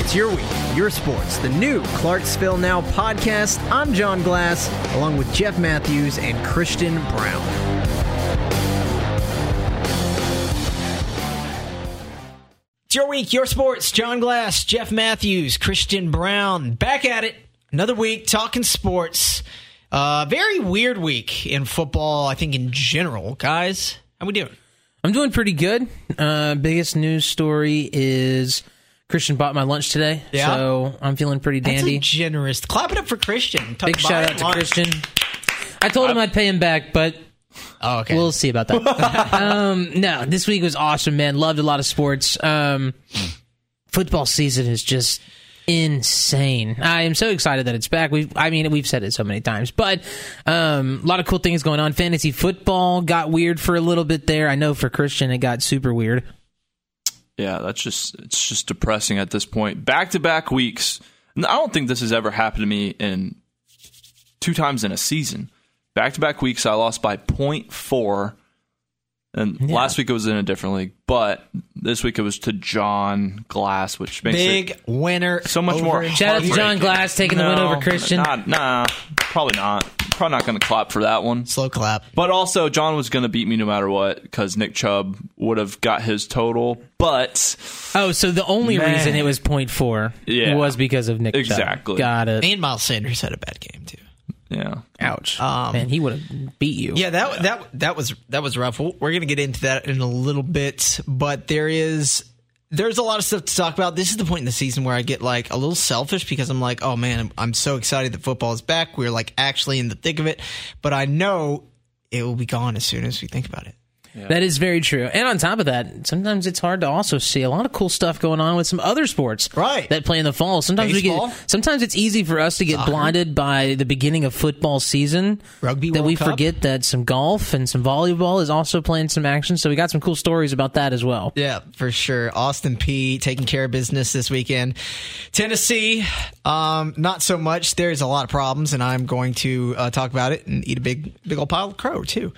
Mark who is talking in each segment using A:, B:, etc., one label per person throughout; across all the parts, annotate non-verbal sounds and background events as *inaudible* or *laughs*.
A: It's your week, your sports, the new Clarksville Now podcast. I'm John Glass, along with Jeff Matthews and Christian Brown. It's your week, your sports. John Glass, Jeff Matthews, Christian Brown, back at it. Another week talking sports. Uh, very weird week in football, I think, in general. Guys, how we doing?
B: I'm doing pretty good. Uh, biggest news story is Christian bought my lunch today,
A: Yeah.
B: so I'm feeling pretty
A: That's a
B: dandy.
A: generous. Clap it up for Christian. Talk
B: Big
A: about
B: shout out
A: it.
B: to Christian. I told him I'd pay him back, but
A: Oh, okay.
B: we'll see
A: *laughs*
B: about that. um, no, this week was awesome, man. Loved a lot of sports. Um, football season is just insane. I am so excited that it's back. We, I mean, we've said it so many times, but um, a lot of cool things going on. Fantasy football got weird for a little bit there. I know for Christian, it got super weird.
C: Yeah, that's just it's just depressing at this point. Back to back weeks. And I don't think this has ever happened to me in two times in a season. Back to back weeks I lost by 0.4 and last week it was in a different league, but this week it was to John Glass, which makes it
A: Big winner.
C: so much
A: over
C: more.
A: in
B: Shout out to John
C: heartbreaking.
B: Glass taking the win
C: No,
B: over Christian.
C: Not, nah, probably not. Probably not going to clap for that one.
A: Slow clap.
C: But also, John was going to beat me no matter what because Nick Chubb would have got his total. But
B: Oh, so the only
C: Man.
B: reason it was 0.4
C: Yeah.
B: was because of Nick Chubb.
C: Exactly.
B: Got it.
A: And Miles Sanders had a bad game too.
C: yeah,
B: Ouch.
A: Um,
B: Man, he would have beat you.
A: Yeah, that that that was that was rough. We'll- We're gonna get into that in a little bit, but there is there's a lot of stuff to talk about. This is the point in the season where I get like a little selfish because I'm like, oh man, I'm, I'm so excited that football is back. We're like actually in the thick of it, but I know it will be gone as soon as we think about it.
B: That is very true. And on top of that, sometimes it's hard to also see a lot of cool stuff going on with some other sports
A: Right.
B: that play in the fall. Sometimes we
A: Baseball.
B: get sometimes it's easy for us to get blinded by the beginning of football season.
A: Rugby
B: that
A: World
B: we
A: Cup.
B: forget that some golf and some volleyball is also playing some action. So we got some cool stories about that as well.
A: Yeah, for sure. Austin P taking care of business this weekend. Tennessee, um, not so much. There's a lot of problems, and I'm going to uh, talk about it and eat a big, big old pile of crow too.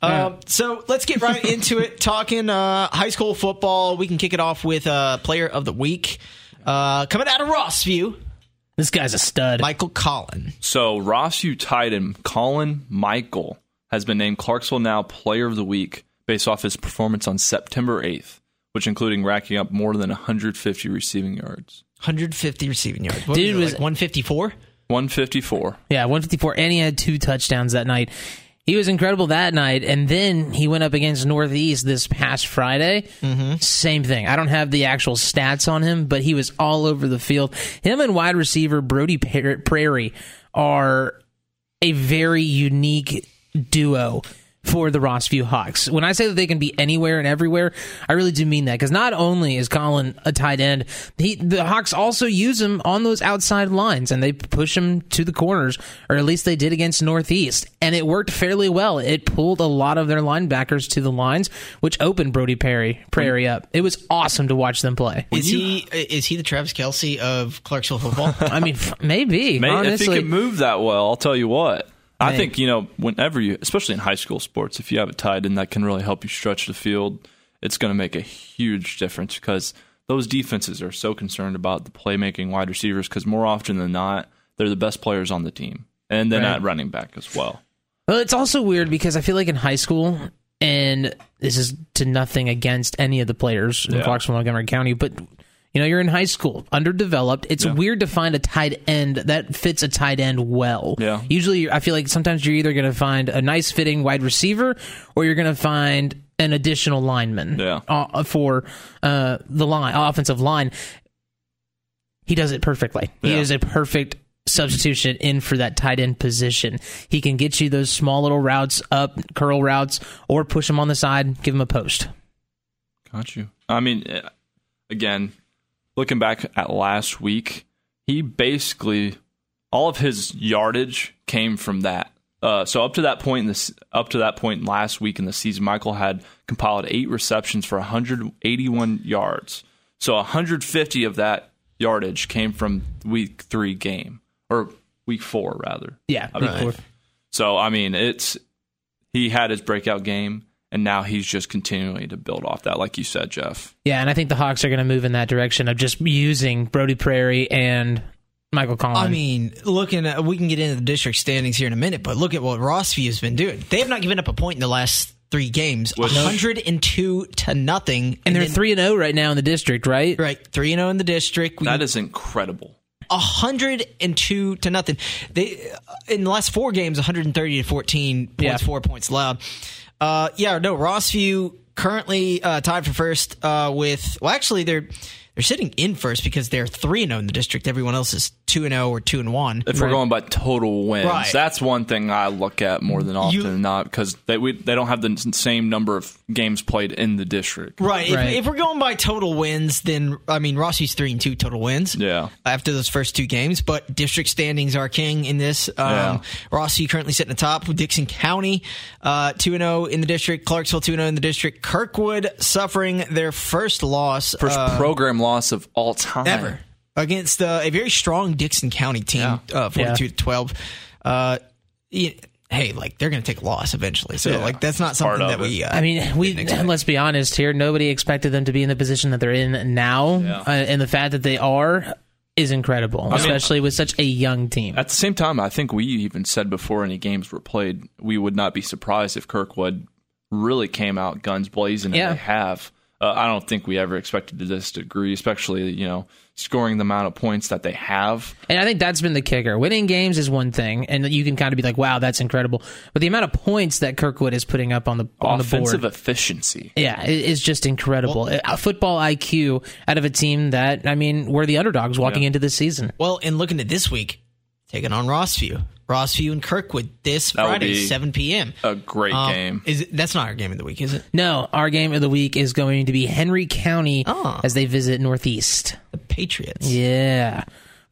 A: Um, so let's get right *laughs* into it. Talking uh, high school football, we can kick it off with uh, player of the week uh, coming out of Rossview,
B: This guy's a stud.
A: Michael Collin.
C: So Ross U Titan, Colin Michael, has been named Clarksville Now Player of the Week based off his performance on September 8th, which including racking up more than 150 receiving yards.
A: 150 receiving yards. What
B: Dude
A: was, it,
B: was-
A: like 154.
C: 154.
B: Yeah, 154. And he had two touchdowns that night. He was incredible that night. And then he went up against Northeast this past Friday. Same thing. I don't have the actual stats on him, but he was all over the field. Him and wide receiver Brody Par- Prairie are a very unique duo for the Rossview Hawks. When I say that they can be anywhere and everywhere, I really do mean that because not only is Colin a tight end, he, the Hawks also use him on those outside lines and they push him to the corners, or at least they did against Northeast, and it worked fairly well. It pulled a lot of their linebackers to the lines, which opened Brody Perry Prairie up. It was awesome to watch them play.
A: Is he uh, is he the Travis Kelsey of Clarksville football?
B: I mean, f- maybe
C: Mate, if he
B: honestly,
C: could move that well, I'll tell you what. I
B: Mate.
C: think, you know, whenever you, especially in high school sports, if you have it tied in, that can really help you stretch the field. It's going to make a huge difference because those defenses are so concerned about the playmaking wide receivers because more often than not, they're the best players on the team. And then
B: Right.
C: at running back as well.
B: Well, it's also weird because I feel like in high school, and this is to nothing against any of the players in
C: Yeah.
B: Clarksville, Montgomery County, but you know, you're in high school, underdeveloped. It's weird to find a tight end that fits a tight end well.
C: Yeah.
B: Usually, I feel like sometimes you're either going to find a nice fitting wide receiver or you're going to find an additional lineman
C: Yeah.
B: uh, for uh, the line, offensive line he does it perfectly. He
C: Yeah.
B: is a perfect substitution in for that tight end position. He can get you those small little routes up, curl routes, or push him on the side, give him a post.
C: Got you. I mean, eh, again, looking back at last week, he basically all of his yardage came from that. Uh, so up to that point in this, up to that point last week in the season, Michael had compiled eight receptions for 181 yards. So 150 of that yardage came from week three game or week four rather.
B: Yeah,
C: I mean, So I mean, it's he had his breakout game, And now he's just continuing to build off that, like you said, Jeff.
B: Yeah, and I think the Hawks are going to move in that direction of just using Brody Prairie and Michael Collins.
A: I mean, looking at we can get into the district standings here in a minute, but look at what Rossview has been doing. They have not given up a point in the last three games.
C: Which-
A: 102 to nothing.
B: and they're
A: then-
B: three and zero right now in the district, right?
A: right 3 and 0 in the district. We
C: That is incredible.
A: 102 to nothing. They in the last four games 130 to 14 points,
B: Yeah.
A: 4 points allowed. Uh yeah, no, Rossview currently uh tied for first uh with well actually they're they're sitting in first because they're 3 and 0 in the district. Everyone else is 2 and 0 or 2 and 1.
C: If we're going by total wins,
A: Right.
C: that's one thing I look at more than often
A: You-
C: than not because they we, they don't have the n- same number of games played in the district.
A: Right.
B: Right.
A: If, if we're going by total wins, then I mean Rossi's three and two total wins.
C: Yeah.
A: After those first two games, but district standings are king in this. Um,
C: Yeah.
A: Rossi currently sitting atop with Dixon County, uh, two and zero in the district. Clarksville two and zero in the district. Kirkwood suffering their first loss
C: First
A: uh,
C: program loss of all time
A: ever against uh, a very strong Dixon County team, uh, forty-two to twelve. Uh, y- hey, like they're going to take a loss eventually, so like that's not
C: Part
A: something
C: of
A: that we.
C: it.
A: Uh,
B: I mean, we let's be honest here. Nobody expected them to be in the position that they're in now, uh, and the fact that they are is incredible, especially with such a young team.
C: At the same time, I think we even said before any games were played, we would not be surprised if Kirkwood really came out guns blazing,
B: Yeah.
C: and they have. Uh, I don't think we ever expected to this degree, especially you know scoring the amount of points that they have.
B: And I think that's been the kicker. Winning games is one thing, and you can kind of be like, "Wow, that's incredible," but the amount of points that Kirkwood is putting up on the on the board,
C: Offensive efficiency.
B: yeah, it is just incredible. Uh, Football IQ out of a team that I mean, we're the underdogs walking into this season.
A: Well, and looking at this week, taking on Rossview, Rossview and Kirkwood this
C: will
A: Friday,
C: be
A: seven p.m.
C: A great
A: Um,
C: game.
A: Is it, that's not our game of the week, is it?
B: No, our game of the week is going to be Henry County
A: Oh.
B: as they visit Northeast.
A: The Patriots.
B: Yeah.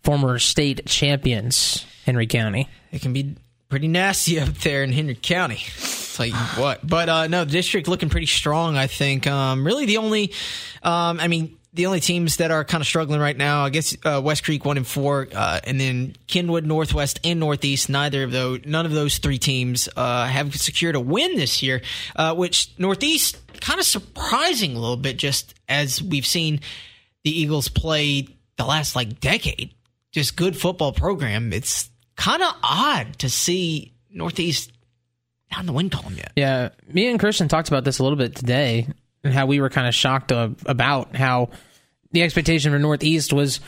B: Former state champions, Henry County.
A: It can be pretty nasty *laughs* up there in Henry County. Tell you what, but uh, no, the district looking pretty strong. I think. Um, really, the only, um, I mean. The only teams that are kind of struggling right now, I guess, uh, West Creek one and four, uh, and then Kenwood Northwest and Northeast. Neither of those, none of those three teams uh, have secured a win this year, uh, which Northeast kind of surprising a little bit, just as we've seen the Eagles play the last like decade. Just good football program. It's kind of odd to see Northeast not in the win column yet.
B: Yeah. Me and Christian talked about this a little bit today and how we were kind of shocked uh, about how the expectation for Northeast was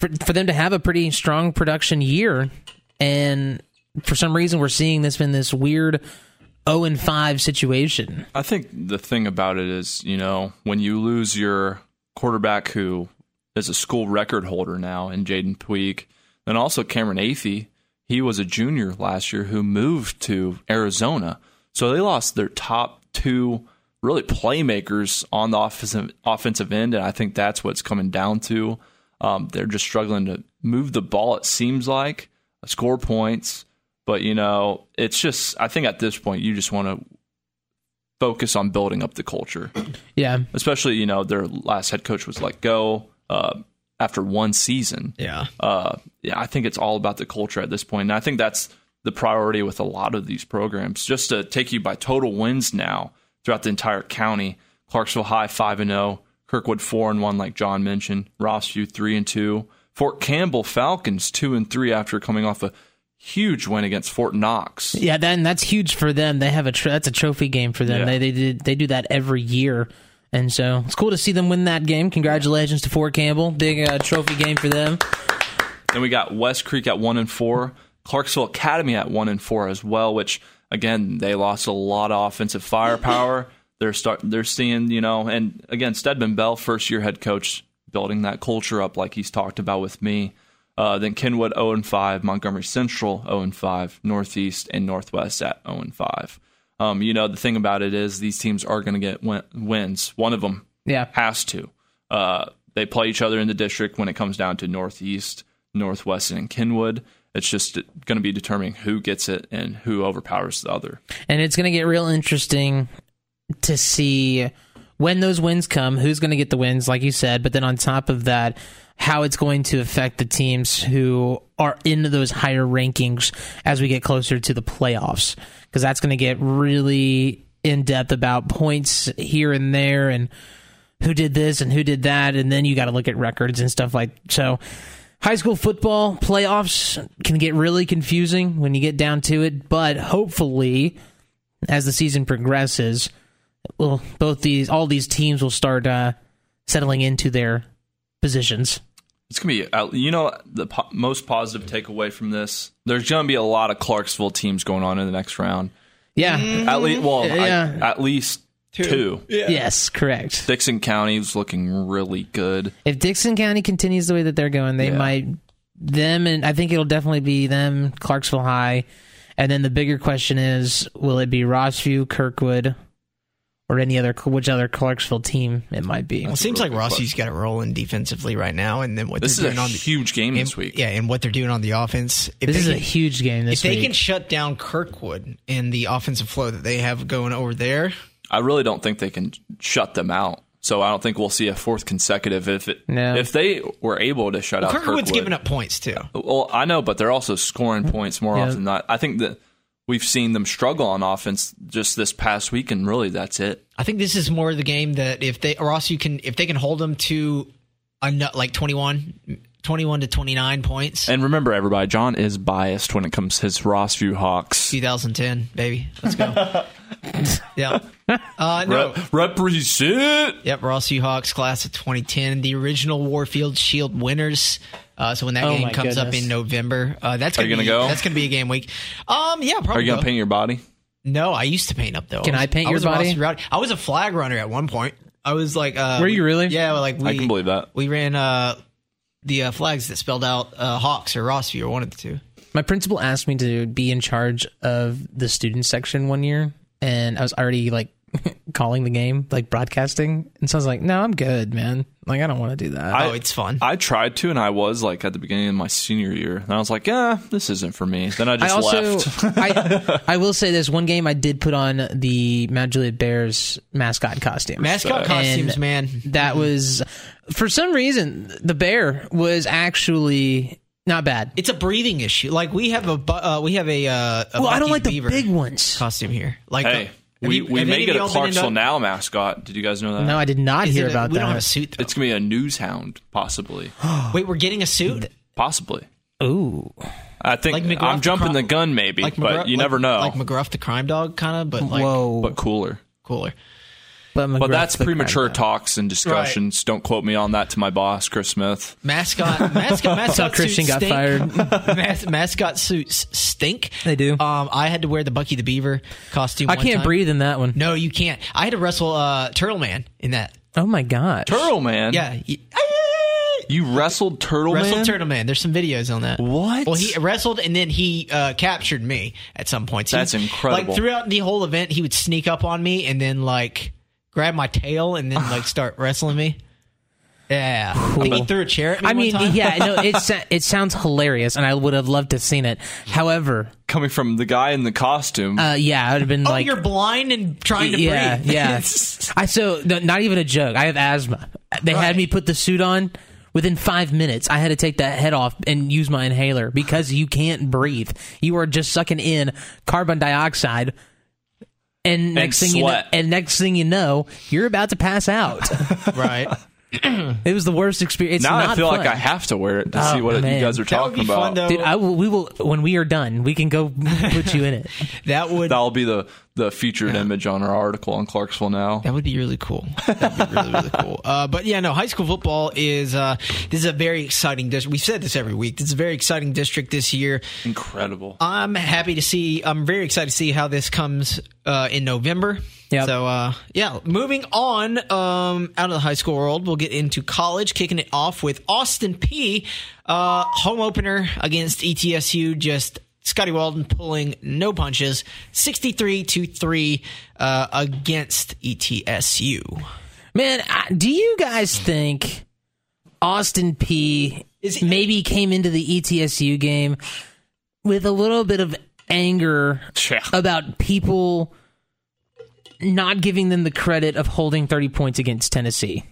B: for, for them to have a pretty strong production year. And for some reason, we're seeing this in this weird 0 and 5 situation.
C: I think the thing about it is, you know, when you lose your quarterback who is a school record holder now in Jaden Puig, and also Cameron Athey, he was a junior last year who moved to Arizona. So they lost their top two really playmakers on the offensive offensive end, and I think that's what's coming down to. Um, they're just struggling to move the ball. It seems like score points, but you know, it's just. I think at this point, you just want to focus on building up the culture.
B: Yeah.
C: Especially, you know, their last head coach was let go uh, after one season.
A: Yeah.
C: Uh, yeah, I think it's all about the culture at this point, and I think that's the priority with a lot of these programs. Just to take you by total wins now throughout the entire county: Clarksville High five and zero, Kirkwood four and one, like John mentioned, Rossview three and two, Fort Campbell Falcons two and three after coming off a huge win against Fort Knox.
B: Yeah, then that's huge for them. They have a tr- that's a trophy game for them.
C: Yeah.
B: They they did, they do that every year, and so it's cool to see them win that game. Congratulations to Fort Campbell, big uh, trophy game for them.
C: Then we got West Creek at one and four, Clarksville Academy at one and four as well. Which again, they lost a lot of offensive firepower. They're start they're seeing you know, and again, Stedman Bell, first year head coach, building that culture up like he's talked about with me. Uh, then Kenwood zero and five, Montgomery Central zero and five, Northeast and Northwest at zero and five. Um, you know the thing about it is these teams are going to get win- wins. One of them
B: Yeah,
C: has to. Uh, they play each other in the district when it comes down to Northeast, Northwestern, and Kenwood. It's just going to be determining who gets it and who overpowers the other.
B: and it's gonna get real interesting to see when those wins come. Who's gonna get the wins, like you said, but then on top of that, how it's going to affect the teams who are in those higher rankings as we get closer to the playoffs, because that's gonna get really in depth about points here and there and who did this and who did that, and then you got to look at records and stuff like so. High school football playoffs can get really confusing when you get down to it, but hopefully, as the season progresses, well, both these all these teams will start uh, settling into their positions.
C: It's gonna be uh, you know the po- most positive takeaway from this. There's gonna be a lot of Clarksville teams going on in the next round.
B: Yeah.
C: At least, well, I-
B: Yeah.
C: at least two.
B: Yes, correct.
C: Dixon County's looking really good.
B: If Dixon County continues the way that they're going, they
C: Yeah.
B: might them and I think it'll definitely be them, Clarksville High, and then the bigger question is, will it be Rossview, Kirkwood, or any other which other Clarksville team it might be?
A: Well, it seems
C: really
A: like
C: good
A: Rossi's got it rolling defensively right now, and then what
C: This is
A: they're
C: a
A: doing on the
C: huge game
A: and-
C: this week.
A: Yeah, and what they're doing on the offense. If
B: This
A: they
B: is a
A: can-
B: huge game
A: if
B: this
A: they
B: week.
A: can shut down Kirkwood and the offensive flow that they have going over there,
C: I really don't think they can shut them out. So I don't think we'll see a fourth consecutive if it,
B: No.
C: if they were able to shut out
A: Kirkwood's
C: Kirkwood.
A: giving up points too.
C: Well, I know, but they're also scoring points more
B: Mm-hmm. Yeah.
C: often than not. I think that we've seen them struggle on offense just this past week, and really that's it.
A: I think this is more of the game that if they Ross, you can if they can hold them to a nu- like 21, 21 to twenty nine points.
C: And remember, everybody, John is biased when it comes to his Rossview Hawks.
A: 2010, baby. Let's
B: *laughs*
A: go. yeah. Uh, no.
C: Rep- represent.
A: Yep, Ross U Hawks class of 2010, the original Warfield Shield winners. Uh, so when that
B: Oh
A: game
B: my
A: comes up
B: goodness.
A: in November, uh, that's
C: Are
A: gonna
C: you gonna
A: be,
C: go?
A: That's gonna be a game week. Um, yeah, probably.
C: Are you gonna
A: will.
C: paint your body?
A: No, I used to paint up though.
B: Can
A: was-
B: I paint your
A: was a
B: body?
A: Ross U Rowdy- I was a flag runner at one point. I was like, uh,
B: Were you really?
A: Yeah, well, like we,
C: I can believe that.
A: we ran uh, the uh, flags that spelled out uh, Hawks or Rossview or one of the two.
B: My principal asked me to be in charge of the student section one year, and I was already like *laughs* calling the game, like broadcasting. And so I was like, no, I'm good, man. Like, I don't want to do that.
A: oh, it's fun.
C: I tried to, and I was like at the beginning of my senior year, and I was like, "Yeah, this isn't for me." Then I
B: I
C: just
B: also, *laughs*
C: left.
B: I, I will say this one game I did put on the Mount Juliet Bears mascot costume.
A: Mascot costumes,
B: And
A: man.
B: That was, for some reason, the bear was actually not bad.
A: It's a breathing issue. Like we have a bu- uh, we have a. Uh, a
B: well, I don't
A: Bucky's
B: like the
A: beaver
B: big ones.
A: costume here. Like, uh,
C: Hey,
A: have
C: we,
A: you-
C: we
A: have
C: may
A: any of
C: get a
A: y'all been in
C: Clarksville
A: a-
C: now mascot. Did you guys know that?
B: No, I did not
A: Is
B: hear
A: it a-
B: about
A: we
B: that.
A: don't have a suit though.
C: It's gonna be a news hound,
A: *gasps*
C: possibly,
A: Wait, we're getting a suit?
C: possibly.
B: Ooh.
C: I think
A: Like McGruff
C: I'm
A: the
C: jumping
A: Cro-
C: the gun, maybe,
A: Like
C: but
A: McGruff-
C: you never
A: like-
C: know.
A: Like McGruff the crime dog kind of, but like
B: Whoa.
C: but cooler.
A: cooler.
B: But,
C: But
B: McGruff
C: that's
B: the
C: premature
B: crime dog.
C: talks and discussions. Don't quote me on that to my boss, Chris Smith.
B: *laughs*
A: Mascot mascot mascot
B: So Christian
A: suits
B: got
A: stink. *laughs*
B: fired.
A: Mas- mascot suits stink.
B: They do.
A: Um I had to wear the Bucky the Beaver costume.
B: I
A: one
B: can't
A: time.
B: breathe in that one.
A: No, you can't. I had to wrestle uh Turtle Man in that.
B: Oh my god.
C: Turtle man.
A: Yeah. y-
C: You wrestled Turtle
A: Wrestled
C: man.
A: Turtle Man. There's some videos on that.
C: What?
A: Well, he wrestled and then he uh, captured me at some points. He-
C: That's incredible.
A: Like throughout the whole event, he would sneak up on me and then like grab my tail and then
C: *sighs*
A: like start wrestling me. Yeah, I think he threw a chair at me.
B: I
A: one
B: mean,
A: time.
B: yeah,
A: *laughs*
B: no, it sa- it sounds hilarious, and I would have loved to have seen it. However,
C: Coming from the guy in the costume.
B: uh, yeah, I would have been
A: Oh,
B: like,
A: you're blind and trying to
B: yeah,
A: breathe.
B: yeah. I so no, not even a joke. I have asthma. They had
A: Right.
B: me put the suit on. Within five minutes, I had to take that head off and use my inhaler because you can't breathe. You are just sucking in carbon dioxide, and next thing you know,
C: sweat.
B: and next thing you know, you're about to pass out.
A: *laughs*
C: *laughs*
A: right.
B: it was the worst experience. It's
C: now I
B: not
C: feel like
B: fun.
C: I have to wear it to
B: Oh,
C: see what
B: man.
C: you guys are
A: That would
C: talking
A: be fun though.
C: about. *laughs*
B: Dude, I will, we will when we are done. We can go put you in it.
A: That would
C: That'll be the the featured image on our article on Clarksville now.
A: That would be really cool. That'd be really really
C: *laughs*
A: cool. Uh, but yeah, no, high school football is uh, this is a very exciting district. We've said this every week. This is a very exciting district this year.
C: Incredible.
A: I'm happy to see. I'm very excited to see how this comes uh, in November.
B: Yep.
A: So uh, yeah, moving on um, out of the high school world, we'll get into college. Kicking it off with Austin P. Uh, home opener against E ETSU. Just Scotty Walden pulling no punches, 63 to three uh, against ETSU.
B: Man, I, do you guys think Austin P
A: Is he-
B: maybe came into the E ETSU game with a little bit of anger
C: Yeah.
B: about people not giving them the credit of holding 30 points against Tennessee?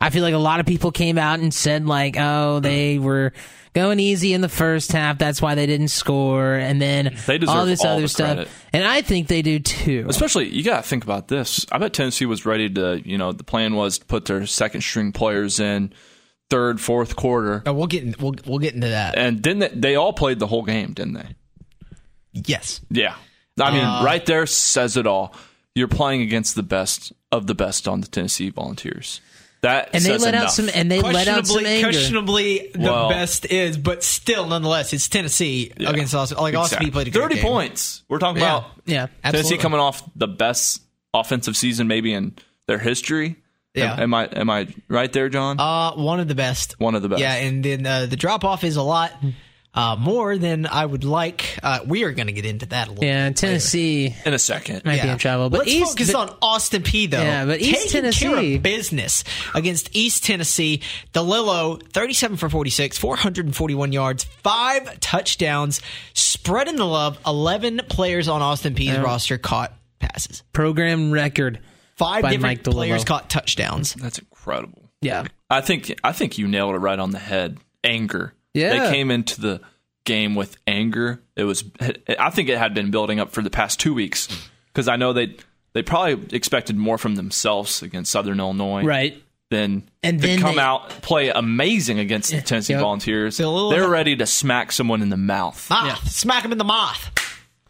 B: I feel like a lot of people came out and said like, "Oh, they were going easy in the first half. That's why they didn't score. And then
C: They deserve
B: all this
C: all
B: other
C: the
B: stuff.
C: credit.
B: And I think they do too.
C: Especially, you got to think about this. I bet Tennessee was ready to, you know, the plan was to put their second string players in third, fourth quarter.
A: Oh, we'll get in, we'll we'll get into that.
C: And didn't they, they all played the whole game, didn't they?
A: Yes.
C: Yeah. I mean,
A: Uh.
C: right there says it all. You're playing against the best of the best on the Tennessee Volunteers. That
B: And they
C: says
B: let out
C: enough.
B: some and they let out some
A: Questionably,
B: anger.
A: questionably, the
C: Well-
A: best is, but still, nonetheless, it's Tennessee against Austin. Like Austin Peay played a great
C: thirty
A: game.
C: points. We're talking
A: Yeah.
C: about
B: Yeah.
A: Absolutely.
C: Tennessee coming off the best offensive season maybe in their history.
A: Yeah.
C: Am, am I am I right there, John?
A: Uh, one of the best.
C: One of the best.
A: Yeah, and then uh, the drop off is a lot uh, more than I would like. Uh, we are going to get into that a little.
B: Yeah, and Tennessee
C: in a second.
B: might be
A: Yeah.
B: in trouble. But
A: Let's
B: East,
A: focus on Austin P though.
B: Yeah, but
A: Taking
B: East
A: care
B: Tennessee-
A: of business against East Tennessee. DeLillo, thirty-seven for forty-six, four hundred and forty-one yards, five touchdowns, spreading the love. Eleven players on Austin P's roster caught passes.
B: program record.
A: Five
B: By
A: different
B: Mike DeLillo.
A: players caught touchdowns.
C: That's incredible.
B: Yeah.
C: I think I think you nailed it right on the head. Anger.
B: Yeah.
C: They came into the game with anger. It was I think it had been building up for the past 2 weeks cuz I know they they probably expected more from themselves against Southern Illinois
B: Right.
C: than
B: And
C: to
B: then
C: come
B: they-
C: out play amazing against the Tennessee
B: yep.
C: Volunteers.
A: a little-
C: They're ready to smack someone in the mouth.
A: Moth, smack him in the moth.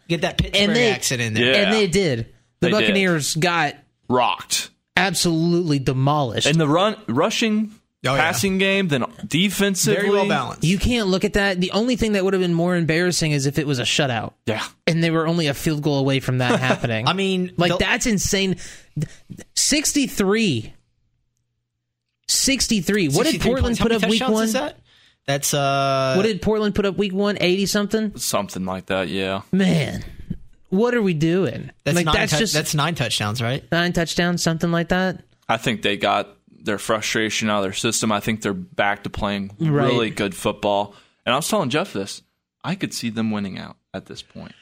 A: Get that Pittsburgh
B: they-
A: accent in there.
C: Yeah.
B: And they did. The
C: They did.
B: Buccaneers got
C: Rocked.
B: absolutely demolished.
C: And the run rushing
A: yeah.
C: passing game then defensively
A: Very well balanced.
B: you can't look at that. The only thing that would have been more embarrassing is if it was a shutout.
C: Yeah.
B: and they were only a field goal away
A: *laughs*
B: from that happening.
A: I mean,
B: like
A: the-
B: that's insane. 63 63. What did
A: 63
B: Portland
A: points. How
B: put
A: many
B: up week
A: touchdowns
B: 1?
A: Is that? That's uh.
B: What did Portland put up week 1? 80 something?
C: Something like that, yeah.
B: Man. What are we doing?
A: that's
B: like
A: nine.
B: that's
A: tou-
B: just
A: that's nine touchdowns, right?
B: nine touchdowns something like that.
C: I think they got their frustration out of their system. I think they're back to playing
B: Right.
C: really good football. And I was telling Jeff this. I could see them winning out at this point.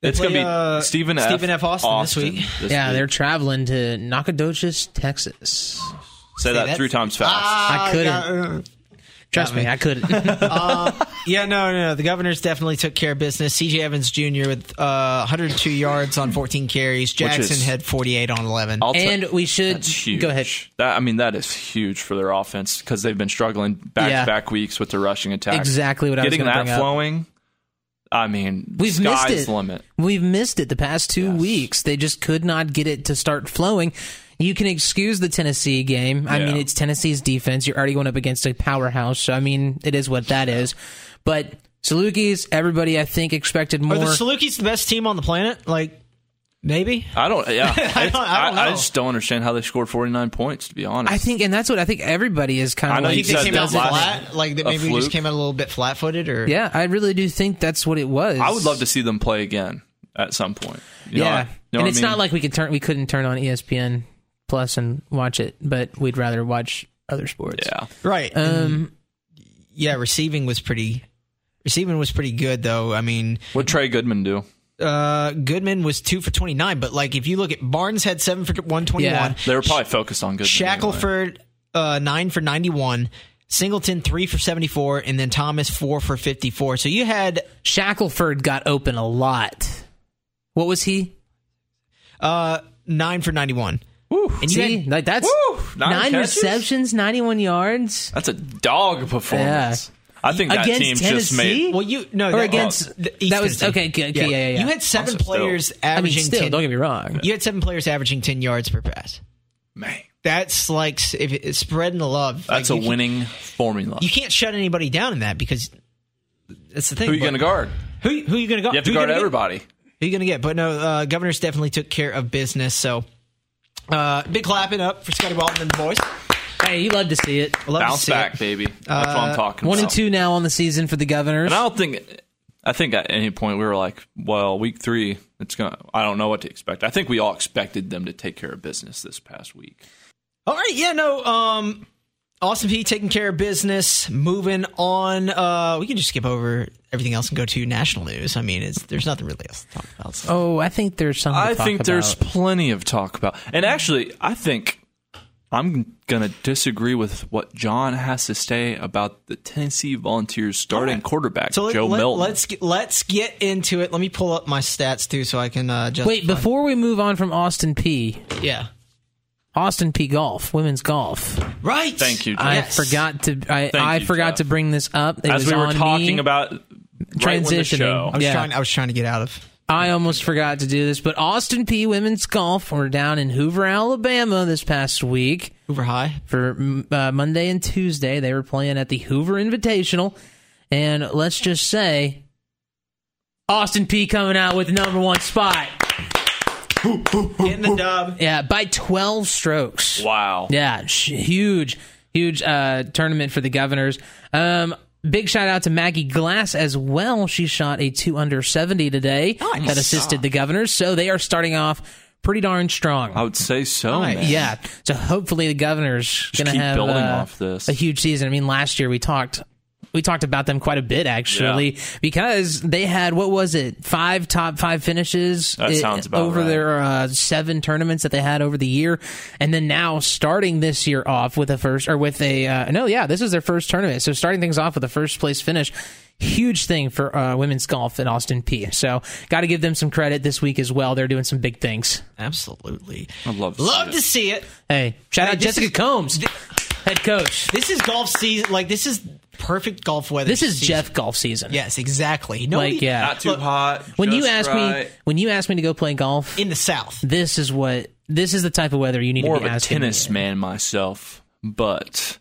C: it's
A: play,
C: going to be
A: uh,
C: Stephen F.
A: Stephen F. Austin this week.
B: yeah,
C: week.
B: they're traveling to Nacogdoches, Texas.
C: say that
A: that.
C: three times fast.
A: Uh,
B: I couldn't. Trust me,
A: *laughs*
B: I couldn't.
A: Yeah, no, no, no. The Governors definitely took care of business. C.J. Evans Jr. with uh, 102 yards on 14 carries. Jackson
C: is-
A: had 48 on 11.
C: I'll ta-
B: and we should
C: That's huge.
B: go ahead.
C: That I mean, that is huge for their offense because they've been struggling back
B: Yeah.
C: to back weeks with their rushing attack.
B: Exactly what I was
C: Getting
B: gonna
C: that
B: bring up.
C: flowing. I mean,
B: We've
C: sky's
B: missed it.
C: the limit.
B: We've missed it the past two weeks. They just could not get it to start flowing. You can excuse the Tennessee game. I
C: Yeah.
B: mean, it's Tennessee's defense. You're already going up against a powerhouse. So, I mean, it is what that is. But Salukis, everybody, I think, expected more.
A: Are the Salukis the best team on the planet? Like, maybe?
C: I
B: *laughs*
C: don't. Yeah,
A: don't- I don't know.
C: just don't understand how they scored forty nine points. To be honest,
B: I think, and that's what I think everybody is kind
C: I
B: of
C: know
B: like.
C: you
A: Think they
C: said
A: came
C: that
A: out
C: last-
A: flat? Like, that
C: a
A: maybe we just
C: fluke?
A: came out a little bit flat footed? or
B: yeah, I really do think that's what it was.
C: I would love to see them play again at some point. You know
B: yeah,
C: what- you know what
B: and
C: I
B: it's
C: mean?
B: not like we could turn, we couldn't turn on E ESPN Plus and watch it, but we'd rather watch other sports.
C: yeah.
A: Right. Mm-hmm.
B: Um,
A: yeah, receiving was pretty. Receiving was pretty good, though. I mean,
C: What Trey Goodman do?
A: uh, Goodman was two for 29, but like if you look at Barnes had seven for 121,
B: Yeah.
C: They were probably focused on Goodman. anyway.
A: Shackelford uh, nine for ninety one, Singleton three for seventy four, and then Thomas four for fifty four. So you had
B: Shackelford got open a lot. What was he?
A: uh, nine for ninety one. And you
B: See,
A: had,
B: like that's
C: Woo! Nine
B: nine,
C: catches?
B: receptions, ninety-one yards.
C: That's a dog performance. I think that
B: Against
C: team just
B: Tennessee?
C: made.
A: well, you no
B: Or
A: that-
B: against-
A: the East
B: that was-
A: Tennessee.
B: okay, okay, okay, yeah, yeah, yeah.
A: You had seven
C: Also still-
A: players
B: I mean,
A: averaging
B: still,
A: 10
B: don't get me wrong.
A: You had seven players averaging ten yards per pass.
C: Man,
A: That's like s- if it, it's spreading the love.
C: that's
A: like,
C: a
A: you
C: winning formula.
A: Can't, you can't shut anybody down in that because that's the thing.
C: Who are you
A: but-
C: going to guard?
A: Who, who are you going to go?
C: You have to
A: who you
C: guard
A: gonna get?
C: everybody.
A: Who you gonna get? But no, uh, governors definitely took care of business. So, uh, big clapping up for Scotty Walton and the boys.
B: Hey, you love to see it.
A: Love to
C: Bounce
A: see it.
C: back, baby. That's what I'm talking
B: One
C: about.
B: and two now on the season for the Governors.
C: And I don't think. I think at any point we were like, well, week three, it's going to I don't know what to expect. I think we all expected them to take care of business this past week.
A: All right, yeah, no. Um, Austin P taking care of business. Moving on, uh, we can just skip over everything else and go to national news. I mean, it's, there's nothing really else to talk about. So.
B: Oh, I think there's something.
C: I
B: to talk
C: think there's
B: about.
C: plenty of talk about. And actually, I think I'm gonna disagree with what John has to say about the Tennessee Volunteers starting quarterback
A: So let,
C: Joe
A: let,
C: Milton.
A: let's get, let's get into it. Let me pull up my stats too, so I can uh, just
B: Wait, before we move on from Austin P,
A: yeah,
B: Austin P golf, women's golf.
A: right.
C: Thank you, Jeff.
B: I
A: Yes.
B: forgot to I, I
C: you,
B: forgot
C: Jeff.
B: to bring this up. It
C: As
B: was
C: we were
B: on
C: talking
B: me.
C: about right when the
B: Transitioning.
C: show,
A: I was
B: Yeah.
A: trying. I was trying to get out of.
B: I almost forgot to do this, but Austin P women's golf were down in Hoover, Alabama this past week.
A: Hoover High.
B: for mm, uh, Monday and Tuesday. They were playing at the Hoover Invitational, and let's just say Austin P coming out with the number one spot.
A: In the dub.
B: Yeah, by twelve strokes.
C: wow,
B: Yeah, sh- huge, huge uh, tournament for the Governors. Um, big shout out to Maggie Glass as well. She shot a two under seventy today
A: Nice.
B: that assisted the Governors, so they are starting off pretty darn strong.
C: I would say so.
A: Nice.
C: Man.
B: Yeah. So hopefully the governor's going to
C: keep
B: have
C: building
B: uh,
C: off this.
B: a huge season. I mean, last year we talked we talked about them quite a bit actually because they had what was it five top five finishes
C: That
B: i-
C: sounds about
B: over
C: right.
B: their uh, seven tournaments that they had over the year, and then now starting this year off with a first or with a uh, no yeah this is their first tournament so starting things off with a first place finish. Huge thing for uh, women's golf at Austin P. So, got to give them some credit this week as well. They're doing some big things.
A: Absolutely.
C: I love to
A: Love
C: see
A: to see it.
B: Hey, shout
A: Hey,
B: out
A: this
B: Jessica
A: is-
B: Combs,
A: thi-
B: head coach.
A: This is golf season. Like this is perfect golf weather.
B: This is
A: season.
B: Jeff golf season.
A: Yes, exactly. No,
B: Like, yeah.
C: not too
A: Look,
C: hot.
B: When you
C: just
B: ask me,
C: right.
B: when you ask me to go play golf,
A: in the South.
B: this is what this is the type of weather you need
C: more
B: to
C: of
B: be
C: a
B: asking. me
C: tennis
B: in.
C: man myself, but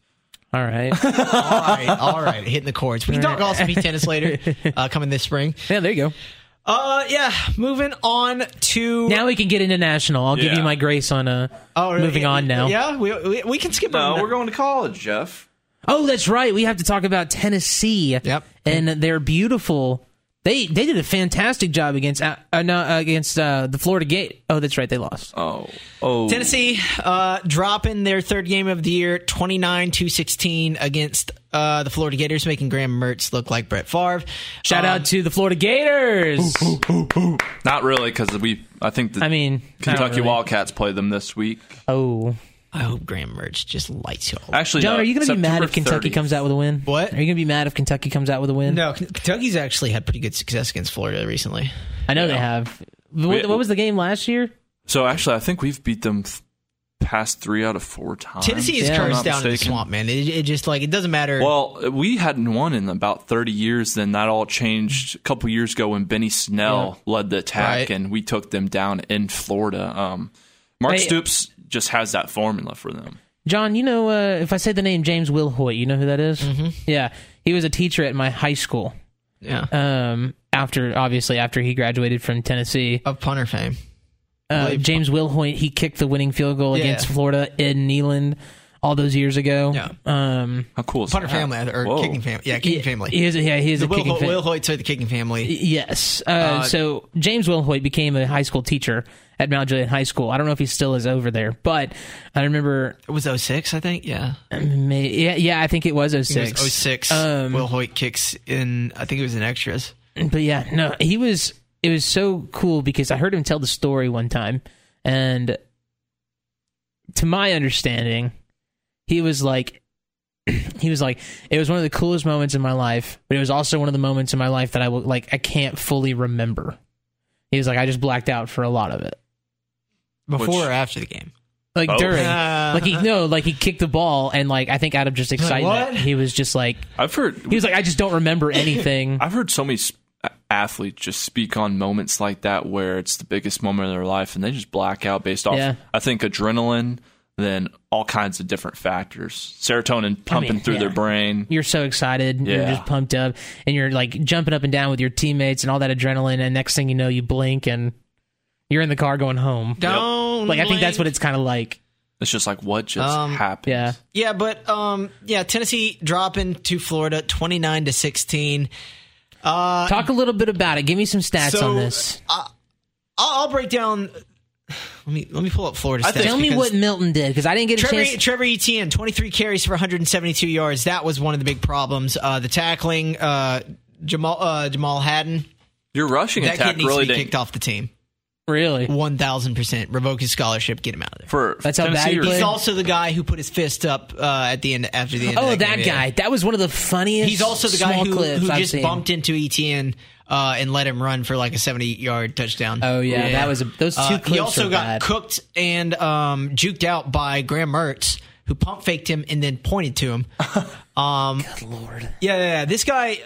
B: All
C: *laughs*
B: right.
A: all right, all
B: *laughs*
A: right, hitting the chords. We can talk also be tennis later, uh, coming this spring.
B: yeah, there you go.
A: Uh, yeah. Moving on to
B: Now we can get into national. I'll give
C: Yeah.
B: you my grace on uh
A: Oh, really?
B: moving on now.
A: Yeah, we, we, we can skip.
C: no,
A: on
C: we're going to college, Jeff.
B: Oh, that's right. We have to talk about Tennessee.
A: Yep.
B: And their beautiful. They they did a fantastic job against uh, uh, no, against uh, the Florida Gate. Oh, that's right. They lost.
C: Oh, oh,
A: Tennessee uh, dropping their third game of the year, 29 to 16 against uh, the Florida Gators, making Graham Mertz look like Brett Favre. Um,
B: Shout
C: Uh,
B: out to the Florida Gators.
C: not really, because we. I think the
B: I mean, not
C: Kentucky
B: really.
C: Wildcats play them this week.
B: Oh.
A: I hope Graham Mertz just lights you all.
C: Actually,
B: John,
C: no,
B: are you going to be mad
C: September
B: if Kentucky
C: 30th.
B: comes out with a win?
A: What?
B: Are you going to be mad if Kentucky comes out with a win?
A: No, K- Kentucky's actually had pretty good success against Florida recently.
B: I know they have. What, what was the game last year?
C: So actually, I think we've beat them th- past three out of four times.
A: Tennessee is
B: Yeah, I'm
A: cursed
C: not
A: down in the
C: mistaken.
A: swamp, man. It, it just like it doesn't matter.
C: Well, we hadn't won in about 30 years. Then that all changed a couple years ago when Benny Snell led the attack
A: Right.
C: and we took them down in Florida. Um, Mark
B: Hey- uh,
C: Stoops just has that formula for them.
B: John, you know, uh, if I say the name James Will Hoyt, you know who that is?
A: Mm-hmm.
B: Yeah, he was a teacher at my high school.
A: yeah,
B: Um, after obviously after he graduated from Tennessee,
A: of punter fame.
B: uh,
A: believe-
B: James Will Hoyt he kicked the winning field goal
A: Yeah.
B: against Florida in Neyland all those years ago.
A: Yeah.
B: Um,
C: How cool is
A: Punter
C: that?
A: family or
C: Whoa.
A: kicking family. Yeah, kicking family.
B: He is, yeah, he is
A: the
B: a
A: Will,
B: kicking
A: Ho-
B: fan.
A: Will Hoyt to the kicking family.
B: Yes. Uh, so James Will Hoyt became a high school teacher at Mount Juliet High School. I don't know if he still is over there, but I remember. *clears throat*
A: It was 06, I think. Yeah.
B: May, yeah, yeah, I think it was 06.
A: I think It was 06.
B: Um,
A: Will Hoyt kicks in, I think it was in extras.
B: but yeah, no, he was. It was so cool because I heard him tell the story one time, and to my understanding, he was like, *clears throat* he was like, it was one of the coolest moments in my life, but it was also one of the moments in my life that I will like I can't fully remember. He was like, I just blacked out for a lot of it.
A: Before
C: Which-
A: or after the game?
B: like
C: Oh.
B: during
A: Uh,
B: like he no like he kicked the ball and like i think out of just excitement
A: what?
B: he was just like
C: I've heard
B: he was like i just don't remember
C: *laughs*
B: anything
C: I've heard so many s- athletes just speak on moments like that where it's the biggest moment of their life and they just black out based off,
B: Yeah.
C: I think, adrenaline, then all kinds of different factors. Serotonin pumping through
B: yeah.
C: their brain.
B: you're so excited you're
C: Yeah.
B: just pumped up and you're like jumping up and down with your teammates and all that adrenaline and next thing you know you blink and you're in the car going home
A: Don't.
B: like i think that's
A: blink.
B: what it's kind of like
C: It's just like, what just
A: Um,
C: happened?
B: yeah
A: Yeah, but um, yeah, Tennessee dropping to Florida 29 to 16.
B: talk a little bit about it give me some stats
A: Uh, so-
B: on this
A: I'll, I'll break down. Let me let me pull up Florida. Stats
B: tell me
A: because
B: what milton did because i didn't get a
A: Trevor,
B: chance
A: Trevor Etienne, 23 carries for 172 yards. That was one of the big problems. Uh, the tackling, uh, Jamal uh, Jamal Haddon,
C: Your rushing
A: that
C: attack
A: kid needs
C: really
A: to be
C: didn't
A: kicked off the team.
B: Really?
A: One thousand percent. Revoke his scholarship. Get him out of there.
C: For
B: That's how
C: Tennessee
B: bad he
C: or-
B: played?
A: He's also the guy who put his fist up uh, at the end after the end.
B: Oh,
A: of
B: that,
A: that, game, yeah.
B: guy. That was one of the funniest.
A: He's also the guy
B: small
A: who,
B: clips
A: who
B: I've
A: just
B: seen.
A: bumped into Etn uh, and let him run for like a seventy-yard touchdown.
B: Oh, yeah, that was a- those two
A: Uh, he
B: clips
A: also
B: are
A: got
B: bad.
A: cooked and um, juked out by Graham Mertz, who pump faked him and then pointed to him.
B: Lord.
A: Yeah, yeah, yeah. This guy,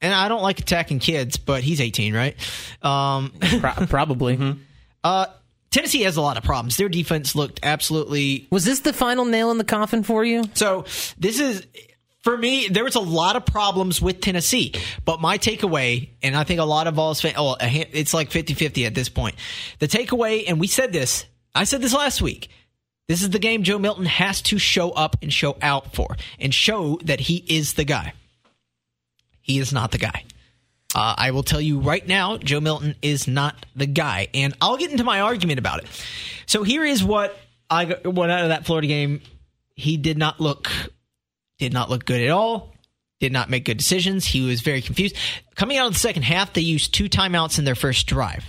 A: and I don't like attacking kids, but he's 18, right? Um, *laughs*
B: Pro- probably.
A: Mm-hmm. Tennessee has a lot of problems. Their defense looked absolutely
B: Was this the final nail in the coffin for you?
A: So this is for me. There was a lot of problems with Tennessee, but my takeaway, and I think a lot of Vols fans, oh, a ha- it's like 50-50 at this point. The takeaway, and we said this, I said this last week. This is the game Joe Milton has to show up and show out for, and show that he is the guy. He is not the guy. Uh, I will tell you right now, Joe Milton is not the guy, and I'll get into my argument about it. So here is what I got- what out of that Florida game he did not look did not look good at all did not make good decisions he was very confused coming out of the second half they used two timeouts in their first drive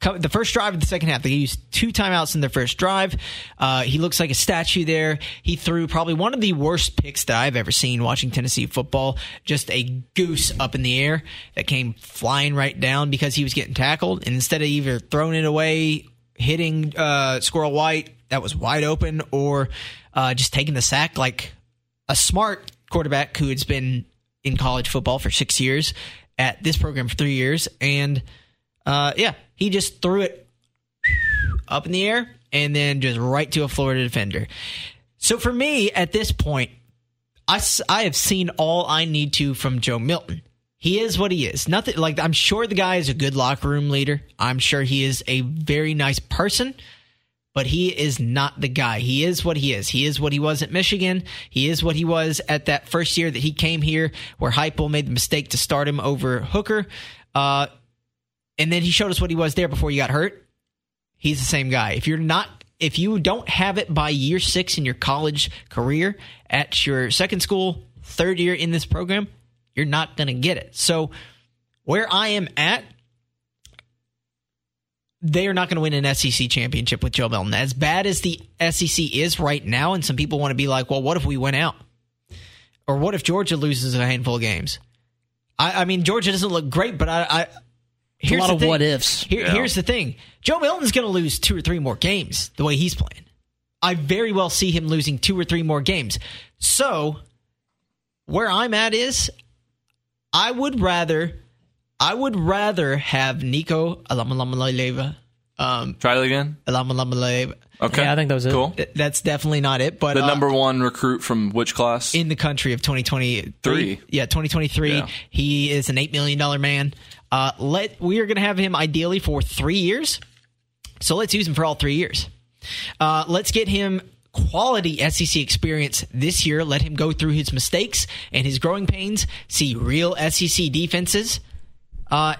A: Co- the first drive of the second half they used two timeouts in their first drive uh, he looks like a statue there he threw probably one of the worst picks that i've ever seen watching tennessee football just a goose up in the air that came flying right down because he was getting tackled and instead of either throwing it away hitting uh, Squirrel White that was wide open, or uh, just taking the sack like a smart quarterback who has been in college football for six years, at this program for three years, and uh, yeah, he just threw it up in the air and then just right to a Florida defender. So for me, at this point, I, s- I have seen all I need to from Joe Milton. He is what he is. Nothing like I'm sure the guy is a good locker room leader. I'm sure he is a very nice person, but he is not the guy. He is what he is. He is what he was at Michigan. He is what he was at that first year that he came here, where Heupel made the mistake to start him over Hooker, uh, and then he showed us what he was there before he got hurt he's the same guy. If you're not, if you don't have it by year six in your college career at your second school, third year in this program, you're not going to get it. So, where I am at, they are not going to win an SEC championship with Joe Milton. As bad as the SEC is right now, and some people want to be like, well, what if we went out? Or what if Georgia loses a handful of games? I, I mean, Georgia doesn't look great, but I. I here's
B: lot
A: the
B: of
A: thing.
B: what ifs.
A: Here,
C: Yeah.
A: Here's the thing: Joe Milton's going to lose two or three more games the way he's playing. I very well see him losing two or three more games. So, where I'm at is, I would rather, I would rather have Nico Alamalamaleva. Um,
C: Try that again.
A: Alamalamaleva.
C: Okay.
B: Yeah, I think that was it.
C: Cool.
A: Th- That's definitely not it. But
C: The
A: uh,
C: number one recruit from which class?
A: in the country of 2023.
C: Three.
A: Yeah, 2023.
C: Yeah.
A: He is an eight million dollar man. Uh, let we are going to have him ideally for three years. So let's use him for all three years. Uh, let's get him quality SEC experience this year. Let him go through his mistakes and his growing pains. See real SEC defenses. Uh,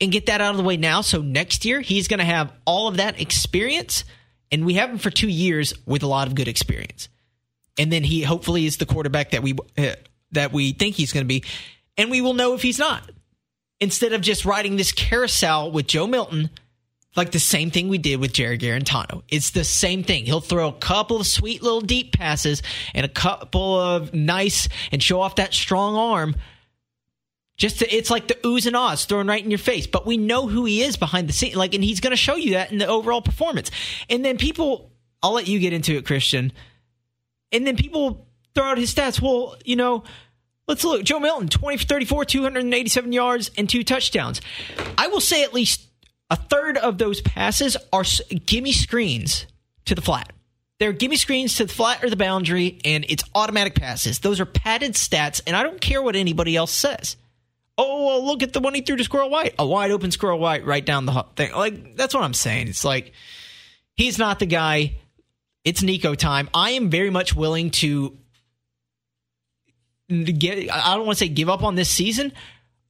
A: and get that out of the way now. So next year, he's going to have all of that experience. And we have him for two years with a lot of good experience and then he hopefully is the quarterback that we uh, that we think he's going to be, and we will know if he's not. Instead of just riding this carousel with Joe Milton, like the same thing we did with Jared Garantano. It's the same thing. He'll throw a couple of sweet little deep passes and a couple of nice and show off that strong arm. Just to, it's like the oohs and ahs thrown right in your face, but we know who he is behind the scene. Like, and he's going to show you that in the overall performance. And then people, I'll let you get into it, Christian and then people throw out his stats. Well, you know, let's look. Joe Milton, 20 for 34, 287 yards, and two touchdowns. I will say at least a third of those passes are s- gimme screens to the flat. They're gimme screens to the flat or the boundary, and it's automatic passes. Those are padded stats, and I don't care what anybody else says. Oh, well, look at the one he threw to Squirrel White. A wide open Squirrel White right down the hu- thing. Like, that's what I'm saying. It's like, he's not the guy it's Nico time. I am very much willing to get. I don't want to say give up on this season.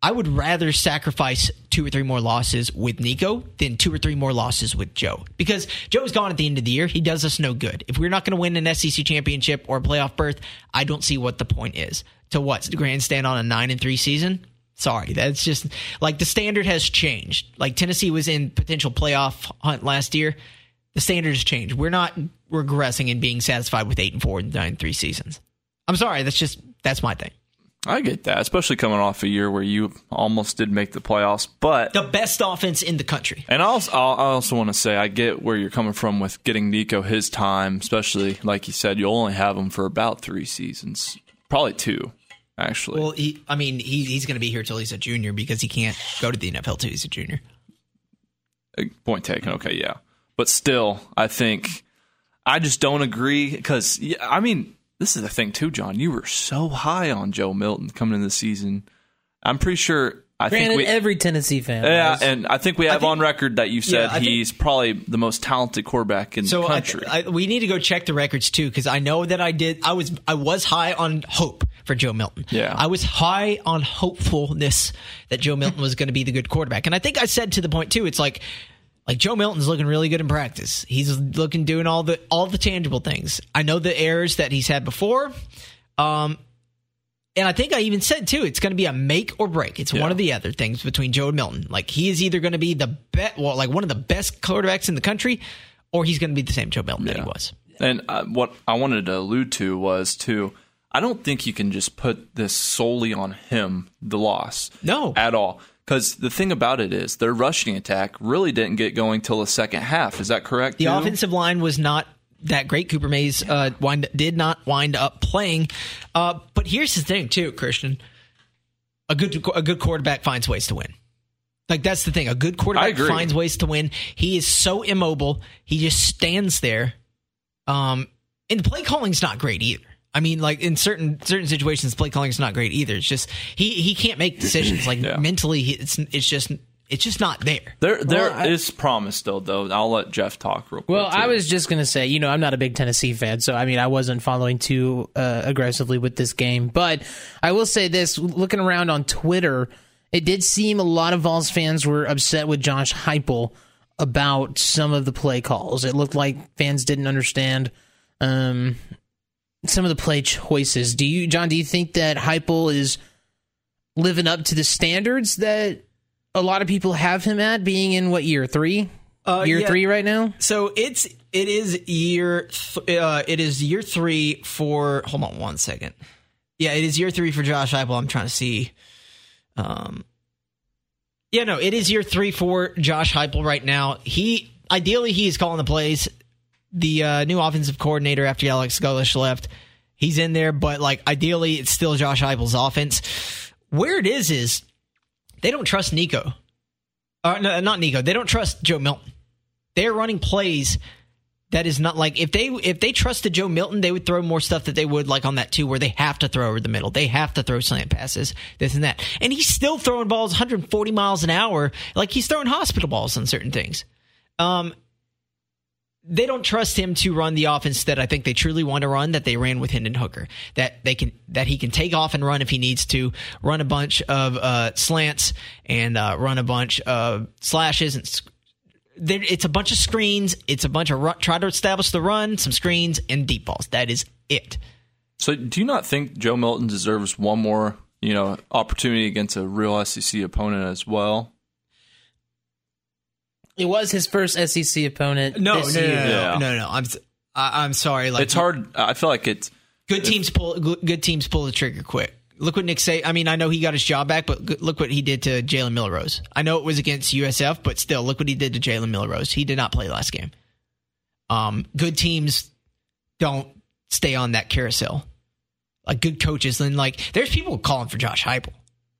A: I would rather sacrifice two or three more losses with Nico than two or three more losses with Joe because Joe's gone at the end of the year. He does us no good. If we're not going to win an SEC championship or a playoff berth, I don't see what the point is. To what to grandstand on a nine and three season? Sorry, that's just like the standard has changed. Like Tennessee was in potential playoff hunt last year. The standard has changed. We're not regressing and being satisfied with eight and four and nine and three seasons. I'm sorry, that's just that's my thing.
C: I get that, especially coming off a year where you almost did make the playoffs. But
A: The best offense in the country.
C: and I also, I also want to say I get where you're coming from with getting Nico his time, especially like you said, you'll only have him for about three seasons, probably two, actually.
A: Well, he, I mean, he, he's going to be here till he's a junior because he can't go to the NFL till he's a junior.
C: Eh, Point taken. Okay, yeah. But still, I think I just don't agree because I mean, this is the thing too, John. You were so high on Joe Milton coming into the season. I'm pretty sure. I
B: Granted,
C: think we,
B: every Tennessee fan.
C: yeah,
B: was.
C: and I think we have on record that you said
A: Yeah, I think-
C: he's probably the most talented quarterback in
A: So
C: the
A: I-
C: country.
A: I, we need to go check the records too, because I know that I did. I was I was high on hope for Joe Milton.
C: Yeah.
A: I was high on hopefulness that Joe Milton was going to be the good quarterback, and I think I said to the point too. It's like like Joe Milton's looking really good in practice. He's looking doing all the all the tangible things. I know the errors that he's had before. Um, and I think I even said too, it's going to be a make or break. It's one of the other things between Joe and Milton. Like he is either going to be the bet, well, like one of the best quarterbacks in the country, or he's going to be the same Joe Milton that he was.
C: And uh, what I wanted to allude to was too, I don't think you can just put this solely on him, the loss.
A: No.
C: At all. Because the thing about it is, their rushing attack really didn't get going till the second half. Is that correct?
A: The
C: too?
A: offensive line was not that great. Cooper Mays uh, wind, did not wind up playing. Uh, but here's the thing, too, Christian. A good a good quarterback finds ways to win. Like that's the thing. A good
C: I
A: quarterback
C: agree.
A: finds ways to win. He is so immobile. He just stands there. Um, and the play calling's not great either. I mean, like in certain certain situations, play calling's not great either. It's just he he can't make decisions. Like mentally, he- it's it's just it's just not there.
C: There, there is
B: Well, I-
C: promise still, though. I'll let Jeff talk real quick.
B: Well, I
C: too.
B: was just gonna say, you know, I'm not a big Tennessee fan, so I mean, I wasn't following too uh, aggressively with this game, but I will say this: looking around on Twitter, it did seem a lot of Vols fans were upset with Josh Heupel about some of the play calls. It looked like fans didn't understand um, some of the play choices. Do you, John? Do you think that Heupel is living up to the standards that a lot of people have him at, being in what year three?
A: Uh,
B: year
A: yeah.
B: three right now.
A: So it's it is year th- uh, it is year three for hold on one second. Yeah, it is year three for Josh Heupel. I'm trying to see. Um, yeah, no, it is year three for Josh Heupel right now. He ideally he is calling the plays. The uh, new offensive coordinator after Alex Golish left, he's in there, but like ideally it's still Josh Heupel's offense. Where it is is they don't trust Nico. Uh, no, not Nico. They don't trust Joe Milton they're running plays that is not like if they if they trusted Joe Milton, they would throw more stuff that they would like on that too, where they have to throw over the middle, they have to throw slant passes, this and that, and he's still throwing balls 140 miles an hour, like he's throwing hospital balls on certain things. Um, they don't trust him to run the offense that I think they truly want to run that they ran with Hendon Hooker that they can that he can take off and run if he needs to run a bunch of uh, slants and uh, run a bunch of slashes and sc- there, it's a bunch of screens. It's a bunch of run, try to establish the run, some screens, and deep balls. That is it.
C: So, do you not think Joe Milton deserves one more, you know, opportunity against a real SEC opponent as well?
B: It was his first SEC opponent. this year.
C: Yeah.
A: no, no. I'm s- I, am sorry. Like
C: It's hard. I feel like it's
A: Good teams pull. good- Good teams pull the trigger quick. Look what Nick say. I mean, I know he got his job back, but good- look what he did to Jalen Milrose. I know it was against USF, but still, look what he did to Jalen Milrose. He did not play last game. Um, good teams don't stay on that carousel. Like good coaches, then like there's people calling for Josh Heupel.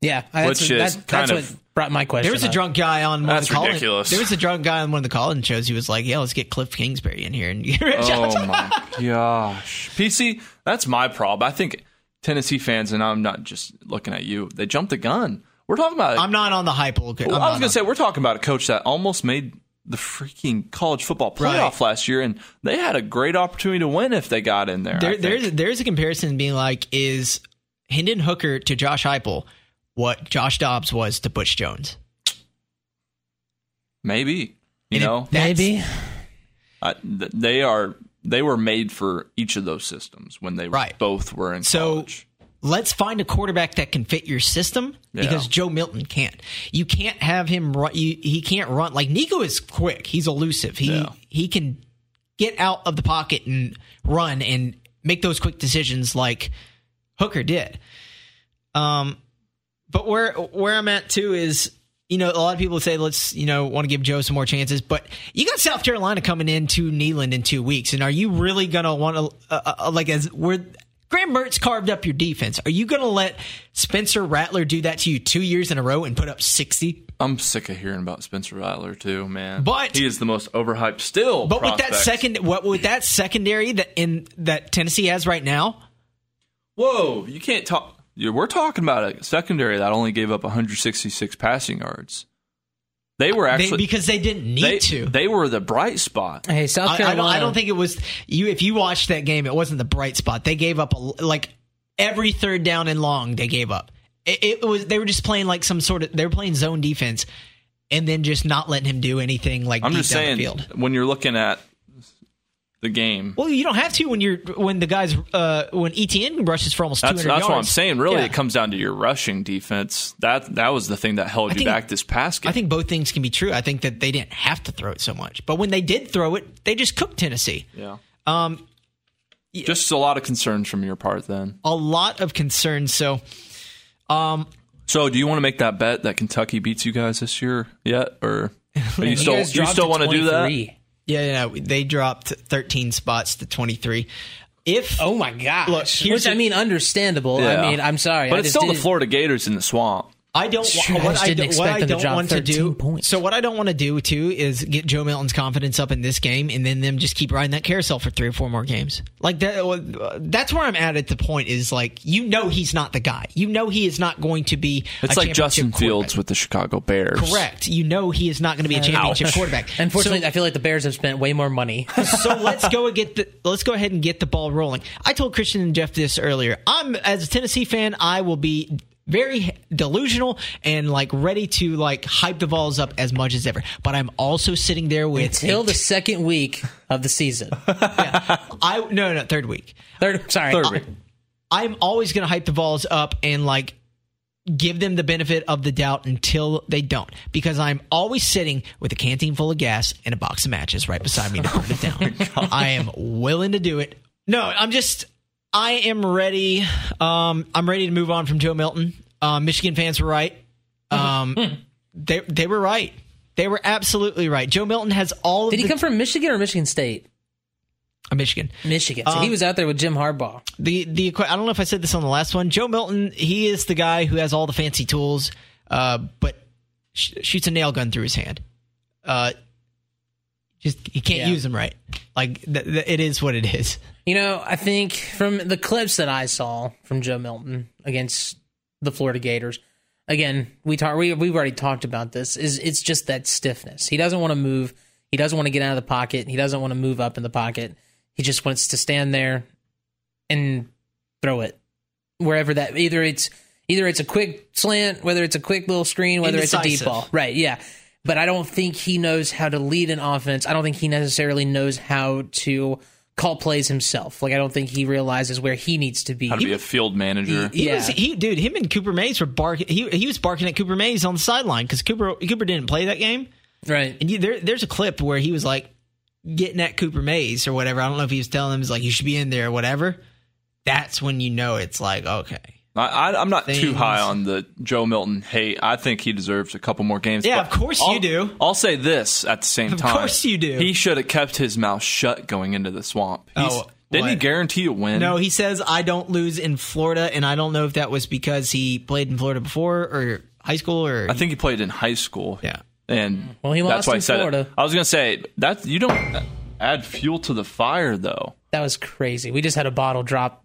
B: Yeah, that's,
C: Which
B: that's,
C: is
B: that's
C: kind
B: what
C: of-
B: brought my question.
A: There was a
B: up.
A: drunk guy on one
C: That's
A: of the call-in-
C: ridiculous.
A: There was a drunk guy on one of the call-in shows. He was like, "Yeah, let's get Cliff Kingsbury in here and *laughs* get rid of Josh."
C: Oh my gosh. PC, that's my problem. I think Tennessee fans, and I'm not just looking at you, they jumped the gun. We're talking about
A: I'm not on the hype. Okay,
C: well, I was going to say, we're talking about a coach that almost made the freaking college football playoff
A: Right.
C: last year, and they had a great opportunity to win if they got in there. I
A: there,
C: think.
A: there's there's a comparison being like, is Hendon Hooker to Josh Heupel what Josh Dobbs was to Butch Jones?
C: Maybe. You
A: And it-
C: know,
A: that's-
B: Maybe
C: I, th- they are. They were made for each of those systems when they
A: Right.
C: both were in
A: So-
C: college.
A: let's find a quarterback that can fit your system because
C: Yeah.
A: Joe Milton can't. You can't have him run. You, he can't run like Nico is quick. He's elusive. He
C: Yeah.
A: he can get out of the pocket and run and make those quick decisions like Hooker did. Um, but where where I'm at too is you know a lot of people say let's you know want to give Joe some more chances, but you got South Carolina coming into Neyland in two weeks, and are you really gonna want to uh, uh, like as we're Graham Mertz carved up your defense. Are you gonna let Spencer Rattler do that to you two years in a row and put up sixty?
C: I'm sick of hearing about Spencer Rattler too, man.
A: But-
C: he is the most overhyped still.
A: But with that
C: prospect.
A: second, what with that secondary that in that Tennessee has right now,
C: whoa, you can't talk. Yeah, We're talking about a secondary that only gave up 166 passing yards. They were
A: they,
C: actually
A: because they didn't need
C: they,
A: to.
C: they were the bright spot.
B: Hey, South
A: I, I,
B: Carolina.
A: don't, I don't think it was you. If you watched that game, it wasn't the bright spot. They gave up a, like every third down and long. They gave up. It, it was they were just playing like some sort of they were playing zone defense, and then just not letting him do anything like
C: I'm
A: deep
C: just
A: down
C: saying
A: the field.
C: when you're looking at the game.
A: Well, you don't have to when you're when the guys uh, when ETN rushes for almost 200
C: That's, that's
A: yards.
C: what I'm saying. Really,
A: Yeah.
C: it comes down to your rushing defense. That that was the thing that held you
A: think-
C: back this past game.
A: I think both things can be true. I think that they didn't have to throw it so much, but when they did throw it, they just cooked Tennessee.
C: yeah. Um. Just a lot of concerns from your part then.
A: A lot of concerns. So
C: So, do you want to make that bet that Kentucky beats you guys this year yet,
A: *laughs*
C: or are you
B: You
C: still
B: guys
C: you
B: dropped
C: still
B: to
C: want to do that?
B: 23.
A: yeah, yeah, yeah, they dropped 13 spots to 23. If
B: Oh my gosh!
A: Look, here's
B: Which I
A: the-
B: mean, understandable.
C: Yeah.
B: I mean, I'm sorry,
C: But
B: I
C: it's
B: just
C: still the
B: didn't-
C: Florida Gators in the swamp.
A: I don't.
B: Sure, I
A: what
B: just
A: I,
B: didn't
A: do-
B: expect
A: what I
B: them to
A: don't
B: drop
A: want to do.
B: 13 points.
A: So what I don't want to do too is get Joe Milton's confidence up in this game, and then them just keep riding that carousel for three or four more games. Like that. uh, That's where I'm at at the point is like you know he's not the guy. You know he is not going to be.
C: It's
A: a
C: like Justin
A: championship
C: Fields with the Chicago Bears.
A: quarterback. Correct. You know he is not going to be a championship quarterback.
B: *laughs* Unfortunately, I feel like the Bears have spent way
A: *laughs*
B: more money.
A: so let's go and get the let's go ahead and get the ball rolling. I told Christian and Jeff this earlier. I'm as a Tennessee fan, I will be very delusional and like ready to like hype the balls up as much as ever. But I'm also sitting there with
B: Till the second week of
A: *laughs*
B: the season,
A: I no no third week.
B: third. Sorry,
C: Third week.
A: I'm always going to hype the balls up and like give them the benefit of the doubt until they don't because I'm always sitting with a canteen full of gas and a box of matches right beside me to burn
B: *laughs*
A: it
B: Oh
A: down. I am willing to do it. No, I'm just I am ready. Um, I'm ready to move on from Joe Milton. Um, Michigan fans were right.
B: *laughs*
A: Um, they they were right. They were absolutely right. Joe Milton has all of
B: Did he
A: the,
B: come from Michigan or Michigan State?
A: Michigan.
B: Michigan. So
A: Uh,
B: he was out there with Jim Harbaugh.
A: the the I don't know if I said this on the last one. Joe Milton, he is the guy who has all the fancy tools, uh, but sh- shoots a nail gun through his hand. Uh, just he can't
B: Yeah.
A: use them right. Like th- th- it is what it is.
B: You know, I think from the clips that I saw from Joe Milton against the Florida Gators, again, we talk, we, we've already talked about this, is it's just that stiffness. He doesn't want to move. He doesn't want to get out of the pocket. He doesn't want to move up in the pocket. He just wants to stand there and throw it wherever that either it's either it's a quick slant, whether it's a quick little screen, whether it's a
A: Indecisive.
B: deep ball. Right, yeah. But I don't think he knows how to lead an offense. I don't think he necessarily knows how to call plays himself. Like I don't think he realizes where he needs to be.
C: How to be a field manager.
A: He
B: Yeah.
A: was he dude. Him and Cooper Mays were barking. He he was barking at Cooper Mays on the sideline because Cooper Cooper didn't play that game.
B: e- right.
A: And you, there, there's a clip where he was like getting at Cooper Mays or whatever. I don't know if he was telling him he's like you should be in there or whatever. That's when you know it's like okay.
C: I, I, I'm not too
A: Things.
C: high on the Joe Milton hate. I think he deserves a couple more games.
A: Yeah,
C: but
A: of course you
C: I'll-
A: do.
C: I'll say this at the same time.
A: course you do.
C: He should have kept his mouth shut going into the swamp. He's,
A: Oh,
C: didn't he
A: what?
C: guarantee a win?
A: No, he says I don't lose in Florida, and I don't know if that was because he played in Florida before or high school or.
C: I think he played in high school.
A: Yeah.
C: and
B: Well, he lost
C: that's why I
B: in
C: said it.
B: Florida.
C: I was gonna say that you don't add fuel to the fire though,
B: That was crazy. We just had a bottle drop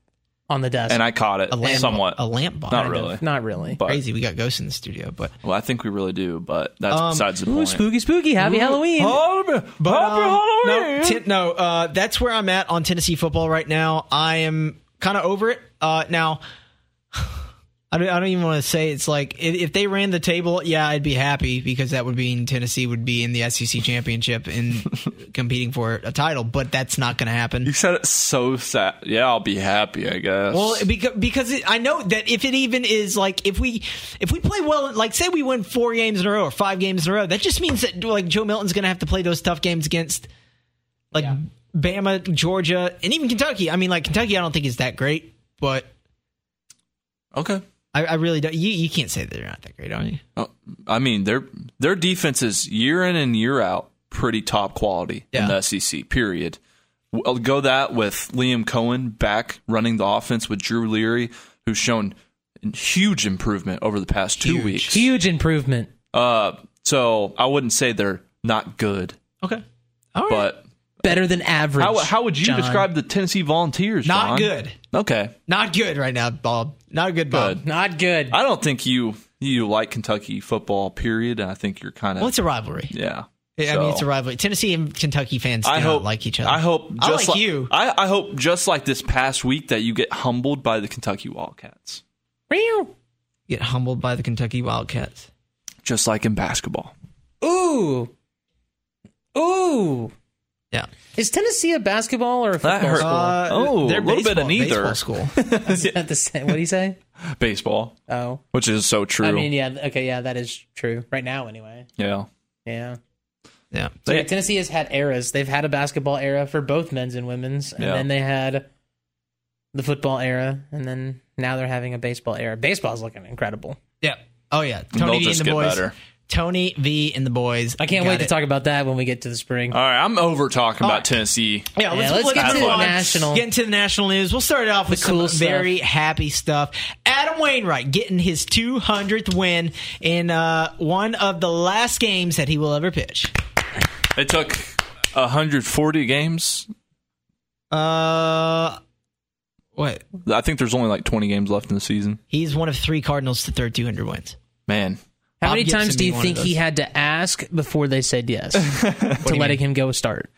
B: on the desk.
C: and I caught it
A: lamp-
C: somewhat.
A: a lamp bomb.
C: Not
A: Kind of.
C: really.
B: Not really.
C: But-
A: Crazy, we got ghosts in the studio, but
C: Well, I think we really do, but that's
A: Um,
C: besides the
B: Ooh,
C: point.
B: spooky spooky. Happy Halloween.
C: Oh.
A: but um, no, Ten- no, uh, that's where I'm at on Tennessee football right now. I am kind of over it uh, now. *sighs* I don't, I don't even want to say it's like if, if they ran the table, yeah, I'd be happy because that would mean Tennessee would be in the SEC championship
C: *laughs*
A: and competing for a title. But that's not going to happen.
C: You said it so sad. Yeah, I'll be happy, I guess.
A: Well, because because it, I know that if it even is like if we if we play well, like say we win four games in a row or five games in a row, that just means that like Joe Milton's going to have to play those tough games against like Bama, Georgia, and even Kentucky. I mean, like Kentucky, I don't think is that great, but
C: okay.
A: I, I really don't. You you can't say that they're not that great, are you?
C: Oh, I mean, their their defense is year in and year out pretty top quality
A: Yeah.
C: in the SEC. Period. I'll go that with Liam Cohen back running the offense with Drew Leary, who's shown huge improvement over the past two
A: Huge.
C: weeks.
B: Huge improvement.
C: Uh, so I wouldn't say they're not good,
A: Okay, all right,
C: but
B: Better than average.
C: how how would you
B: John.
C: describe the Tennessee Volunteers?
A: not
C: John?
A: good,
C: Okay,
A: not good right now, Bob. Not good, Bob.
C: Good.
B: Not good.
C: I don't think you you like Kentucky football. Period. And I think you're kind of
A: Well, it's a rivalry.
C: yeah.
A: I mean,
C: So-
A: it's a rivalry. Tennessee and Kentucky fans do
C: I
A: not
C: hope
A: like each other.
C: I hope just
A: I like you.
C: I, I hope just like this past week that you get humbled by the Kentucky Wildcats,
B: Meow.
A: Get humbled by the Kentucky Wildcats.
C: just like in basketball.
B: Ooh. Ooh.
A: Yeah.
B: Is Tennessee a basketball or a football
C: That hurt.
B: school?
A: Uh,
C: Oh,
A: they're
C: a little bit
A: baseball-
C: of neither.
A: baseball school.
B: Is that the same? What do you say? *laughs*
C: Baseball,
B: Oh.
C: which is so true.
B: I mean, yeah. Okay, yeah, that is true. Right now, anyway.
C: yeah.
B: Yeah.
A: yeah.
B: So *laughs*
C: They-
B: yeah, Tennessee has had eras. They've had a basketball era for both men's and women's, and
C: Yeah.
B: then they had the football era, and then now they're having a baseball era. Baseball's looking incredible.
A: Yeah. Oh yeah.
C: They'll
A: Tony V and
C: just
A: the
C: get
A: boys.
C: better.
A: Tony V and the boys.
B: I can't
A: Got
B: wait to
A: it. Uh,
B: talk about that when we get to the spring.
C: All right, I'm over talking about
A: right.
C: Tennessee.
A: Yeah, let's,
B: let's
A: let's
B: get
A: move
B: to the
A: on.
B: national.
A: Get into the national news. We'll start it off with
B: cool
A: some
B: stuff.
A: very happy stuff. Adam Wainwright getting his 200th win in uh, one of the last games that he will ever pitch.
C: It took 140 games.
A: Uh, what?
C: I think there's only like 20 games left in the season.
A: He's one of three Cardinals to throw 200 wins.
C: Man,
B: How
A: Bob
B: many
A: Gibson
B: times do
A: being
B: you
A: one of
B: think he
A: those.
B: had to ask before they
A: *laughs*
B: said yes to letting him go start?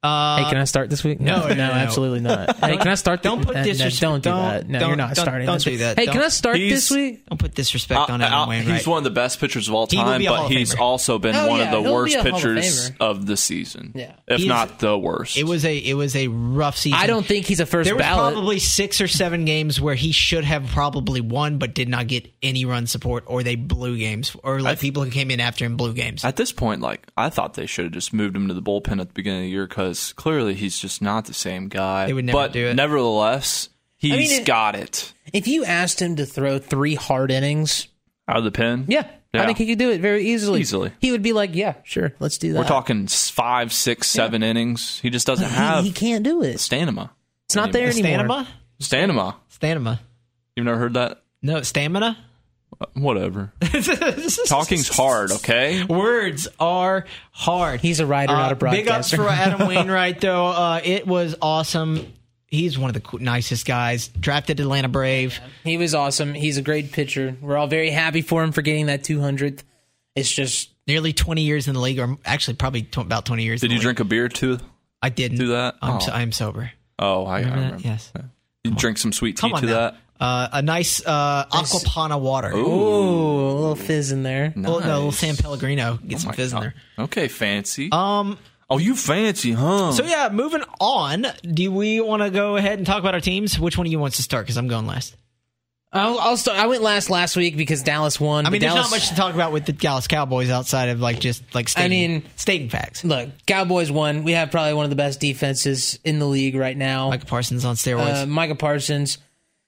A: Uh,
B: hey, can I start this week? No,
A: no,
B: no,
A: no, no. *laughs*
B: absolutely not. hey, can I start?
A: Don't put
B: uh, no,
A: disres-
B: Don't do
A: don't-
B: that. No,
A: don't-
B: you're not
A: don't-
B: starting.
A: don't
B: this
A: do
B: week.
A: that.
B: Hey, can
A: Don't-
B: I start
C: He's-
B: this week?
A: don't put disrespect on Adam
C: I- I-
A: Wainwright.
C: Uh, he's one of the best pitchers of all
A: He will
C: time,
A: be a Hall
C: but
A: of
C: he's
A: Famer.
C: also been
B: Oh,
C: one
B: yeah,
C: of the
B: he'll
C: worst
B: be a Hall of
C: pitchers
B: Famer.
C: of the season,
B: Yeah.
C: if
A: He is-
C: not the worst.
A: it was a it was a rough season.
B: I don't think he's a first
A: There was
B: ballot.
A: probably six or seven games where he should have probably won, but did not get any run support, or they blew games, or like people who came in after him blew games.
C: At this point, like I thought they should have just moved him to the bullpen at the beginning of the year because clearly he's just not the same guy.
A: They would never
C: but
A: do it.
C: nevertheless, he's
B: mean, it-
C: got it
B: if you asked him to throw three hard innings,
C: out of the pen.
B: Yeah. I
C: Yeah.
B: think he could do it very easily.
C: Easily.
B: He would be like, yeah, sure, let's do that.
C: we're talking s- five, six, seven innings. He just doesn't
B: He,
C: have
B: he can't do it.
C: stamina.
B: It's not there anymore.
A: Stamina?
C: Stamina.
A: Stamina.
C: You've never heard that?
A: No, stamina? *laughs*
C: Uh,
B: *laughs*
C: Whatever. Talking's hard. Okay.
A: Words are hard.
B: He's a writer, not a
A: Uh, Big ups
B: broadcaster.
A: for
B: *laughs*
A: Adam Wainwright, though. Uh, it was awesome. He's one of the coo- nicest guys. Drafted Atlanta Brave.
B: He was awesome. He's a great pitcher. We're all very happy for him for getting that 200th. It's just,
A: Nearly 20 years in the league, or actually probably tw about 20 years.
C: Did
A: in
C: you
A: the league.
C: drink a beer too?
A: I didn't
C: do that?
A: I'm,
C: Oh.
A: so, I'm sober.
C: Oh, I, I remember.
A: Yes.
C: You drink some sweet tea
A: Come on
C: to
A: now.
C: that.
A: Uh, a nice uh, Aquapana water.
B: ooh, a little fizz in there.
A: Well, no, little San Pellegrino. Get some fizz in there.
C: Okay, fancy. Um. Oh, you fancy, huh?
A: So yeah, moving on. Do we want to go ahead and talk about our teams? Which one of you wants to start? Because I'm going last.
B: I'll, I'll start. I went last last week because Dallas won.
A: I mean,
B: Dallas,
A: there's not much to talk about with the Dallas Cowboys outside of like just like stating,
B: mean-
A: stating facts.
B: Look, Cowboys won. We have probably one of the best defenses in the league right now.
A: Michael Parsons on steroids.
B: Uh, Micah Parsons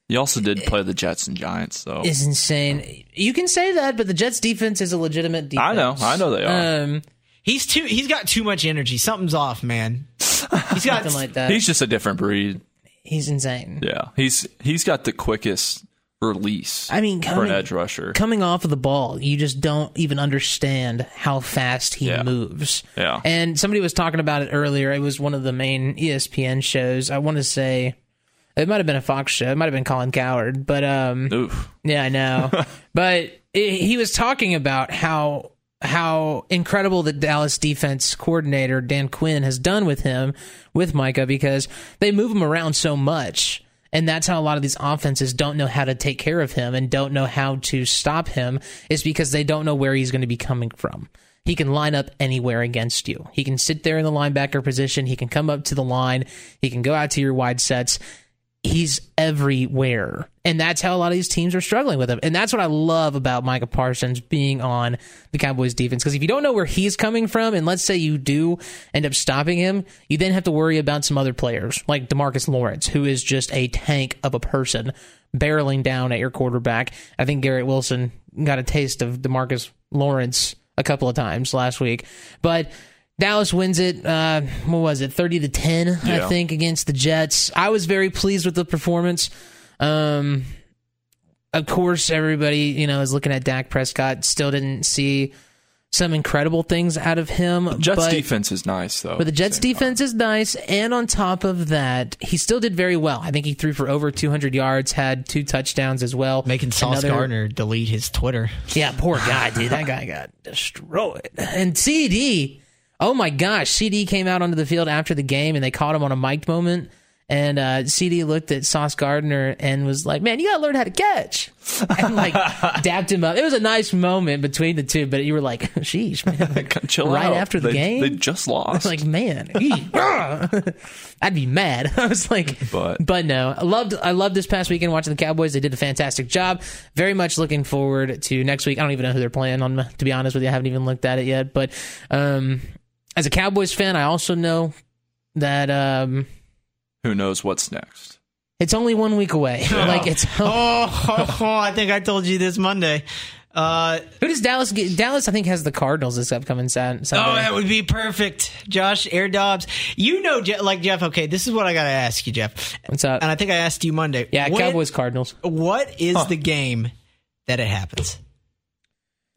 C: You also did play the Jets and Giants, so
B: is insane. You can say that, but the Jets' defense is a legitimate defense.
C: I know, I know they are.
B: Um,
A: he's too. He's got too much energy. Something's off, *laughs* man. He's got.
B: something like that.
C: he's just a different breed.
B: He's insane.
C: Yeah, he's he's got the quickest release.
B: I mean,
C: for an
B: coming-
C: edge rusher.
B: Coming off of the ball, you just don't even understand how fast he
C: Yeah.
B: moves.
C: Yeah.
B: And somebody was talking about it earlier. It was one of the main E ESPN shows. I want to say it might have been a Fox show. It might have been Colin Coward, but um,
C: Oof.
B: yeah, I know. but it, he was talking about how how incredible the Dallas defense coordinator Dan Quinn has done with him with Micah because they move him around so much And that's how a lot of these offenses don't know how to take care of him and don't know how to stop him is because they don't know where he's going to be coming from. He can line up anywhere against you. He can sit there in the linebacker position. He can come up to the line. He can go out to your wide sets. He's everywhere. And that's how a lot of these teams are struggling with him. And that's what I love about Micah Parsons being on the Cowboys defense. Because if you don't know where he's coming from, and let's say you do end up stopping him, you then have to worry about some other players like Demarcus Lawrence, who is just a tank of a person barreling down at your quarterback. I think Garrett Wilson got a taste of Demarcus Lawrence a couple of times last week. But Dallas wins it. Uh, what was it, thirty to ten? I
C: Yeah.
B: think against the Jets. I was very pleased with the performance. Um, of course, everybody you know is looking at Dak Prescott. Still didn't see some incredible things out of him.
C: Jets
B: but,
C: defense is nice though.
B: But the Jets defense is nice, and on top of that, he still did very well. I think he threw for over 200 yards, had two touchdowns as well.
A: Making Sauce
B: Another-
A: Gardner delete his Twitter.
B: yeah, poor guy, dude. That guy got destroyed. And CD, oh my gosh, CD came out onto the field after the game and they caught him on a mic'd moment. And uh, CD looked at Sauce Gardner and was like, "Man, you gotta learn how to catch," and like dapped him up. It was a nice moment between the two, but you were like, "Sheesh, man!"
C: defense. Chill
B: right
C: out.
B: after the
C: They-
B: game? *laughs*
C: They just
B: It's
C: lost.
B: like, man, ee,
A: *laughs*
B: ah. *laughs* I'd be mad. *laughs* I was like,
C: But-
B: no, I loved, I loved this past weekend watching the Cowboys. They did a fantastic job. Very much looking forward to next week. I don't even know who they're playing on. To be honest with you, I haven't even looked at it yet. But um, as a Cowboys fan, I also know that um,
C: Who knows what's next?
B: it's only one week away. *laughs* like it's
A: Oh, *laughs* I think I told you this Monday. Uh,
B: who does Dallas get? Dallas, I think, has the Cardinals this upcoming Sat-
A: Oh,
B: Sunday.
A: that would be perfect, Josh Air Dobbs. You know, Je- like Jeff. Okay, this is what I gotta ask you, Jeff.
B: What's up?
A: And I think I asked you Monday.
B: yeah,
A: When-
B: Cowboys Cardinals.
A: What is the game that it happens?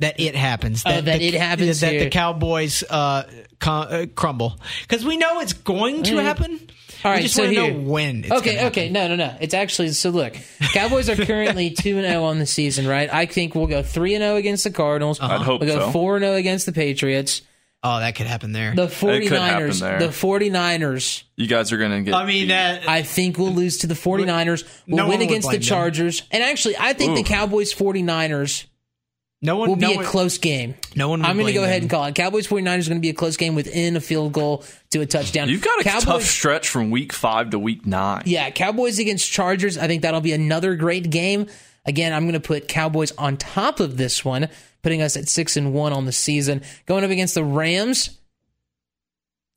A: That it happens.
B: Oh, that
A: the,
B: it happens
A: That the
B: here.
A: Cowboys uh, con- uh, crumble because we know it's going to happen.
B: Mm. All right,
A: we just
B: so
A: want to
B: here.
A: know when. It's gonna
B: Okay,
A: happen.
B: okay, no, no, no. It's actually so. Look, Cowboys are
A: *laughs*
B: currently two and zero on the season, right? I think we'll go three and zero against the Cardinals.
C: I'd hope
B: we'll go
C: so.
B: four and zero against the Patriots.
A: Oh, that could happen there.
B: The
C: could happen
B: 49ers,
C: there.
B: the 49ers,
C: You guys are gonna get.
A: I mean,
C: beat.
A: uh,
B: I think we'll lose to the 49ers. We'll
A: No one
B: win
A: would
B: against the
A: blame them.
B: Chargers. And actually, I think the
C: Ooh.
B: Cowboys 49ers
A: no one
B: will
A: no
B: be
A: one-
B: a close game.
A: No one. Would
B: I'm going to
A: blame
B: go ahead
A: them.
B: and call it. Cowboys 49ers is going to be a close game within a field goal to a touchdown.
C: you've got a
B: Cowboys,
C: tough stretch from week five to week nine.
B: Yeah, Cowboys against Chargers. I think that'll be another great game. Again, I'm going to put Cowboys on top of this one, putting us at six and one on the season. Going up against the Rams,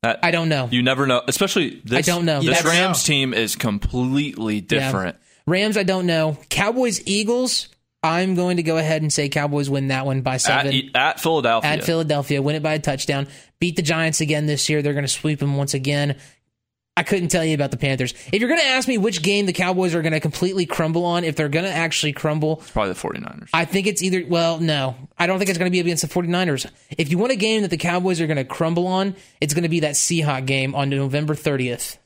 C: That-
B: I don't know.
C: You never know, especially this.
B: don't know.
C: This
B: You never
C: Rams team is completely different.
B: Rams, I don't know. Cowboys Eagles. I'm going to go ahead and say Cowboys win that one by
C: At, E,
B: seven.
C: at Philadelphia,
B: at Philadelphia, win it by a touchdown, beat the Giants again this year. They're going to sweep them once again. I couldn't tell you about the Panthers. If you're going to ask me which game the Cowboys are going to completely crumble on, if they're going to actually crumble,
C: probably the 49ers.
B: I think it's either, well, no, I don't think it's going to be against the 49ers. If you want a game that the Cowboys are going to crumble on, it's going to be that Seahawk game on November 30th.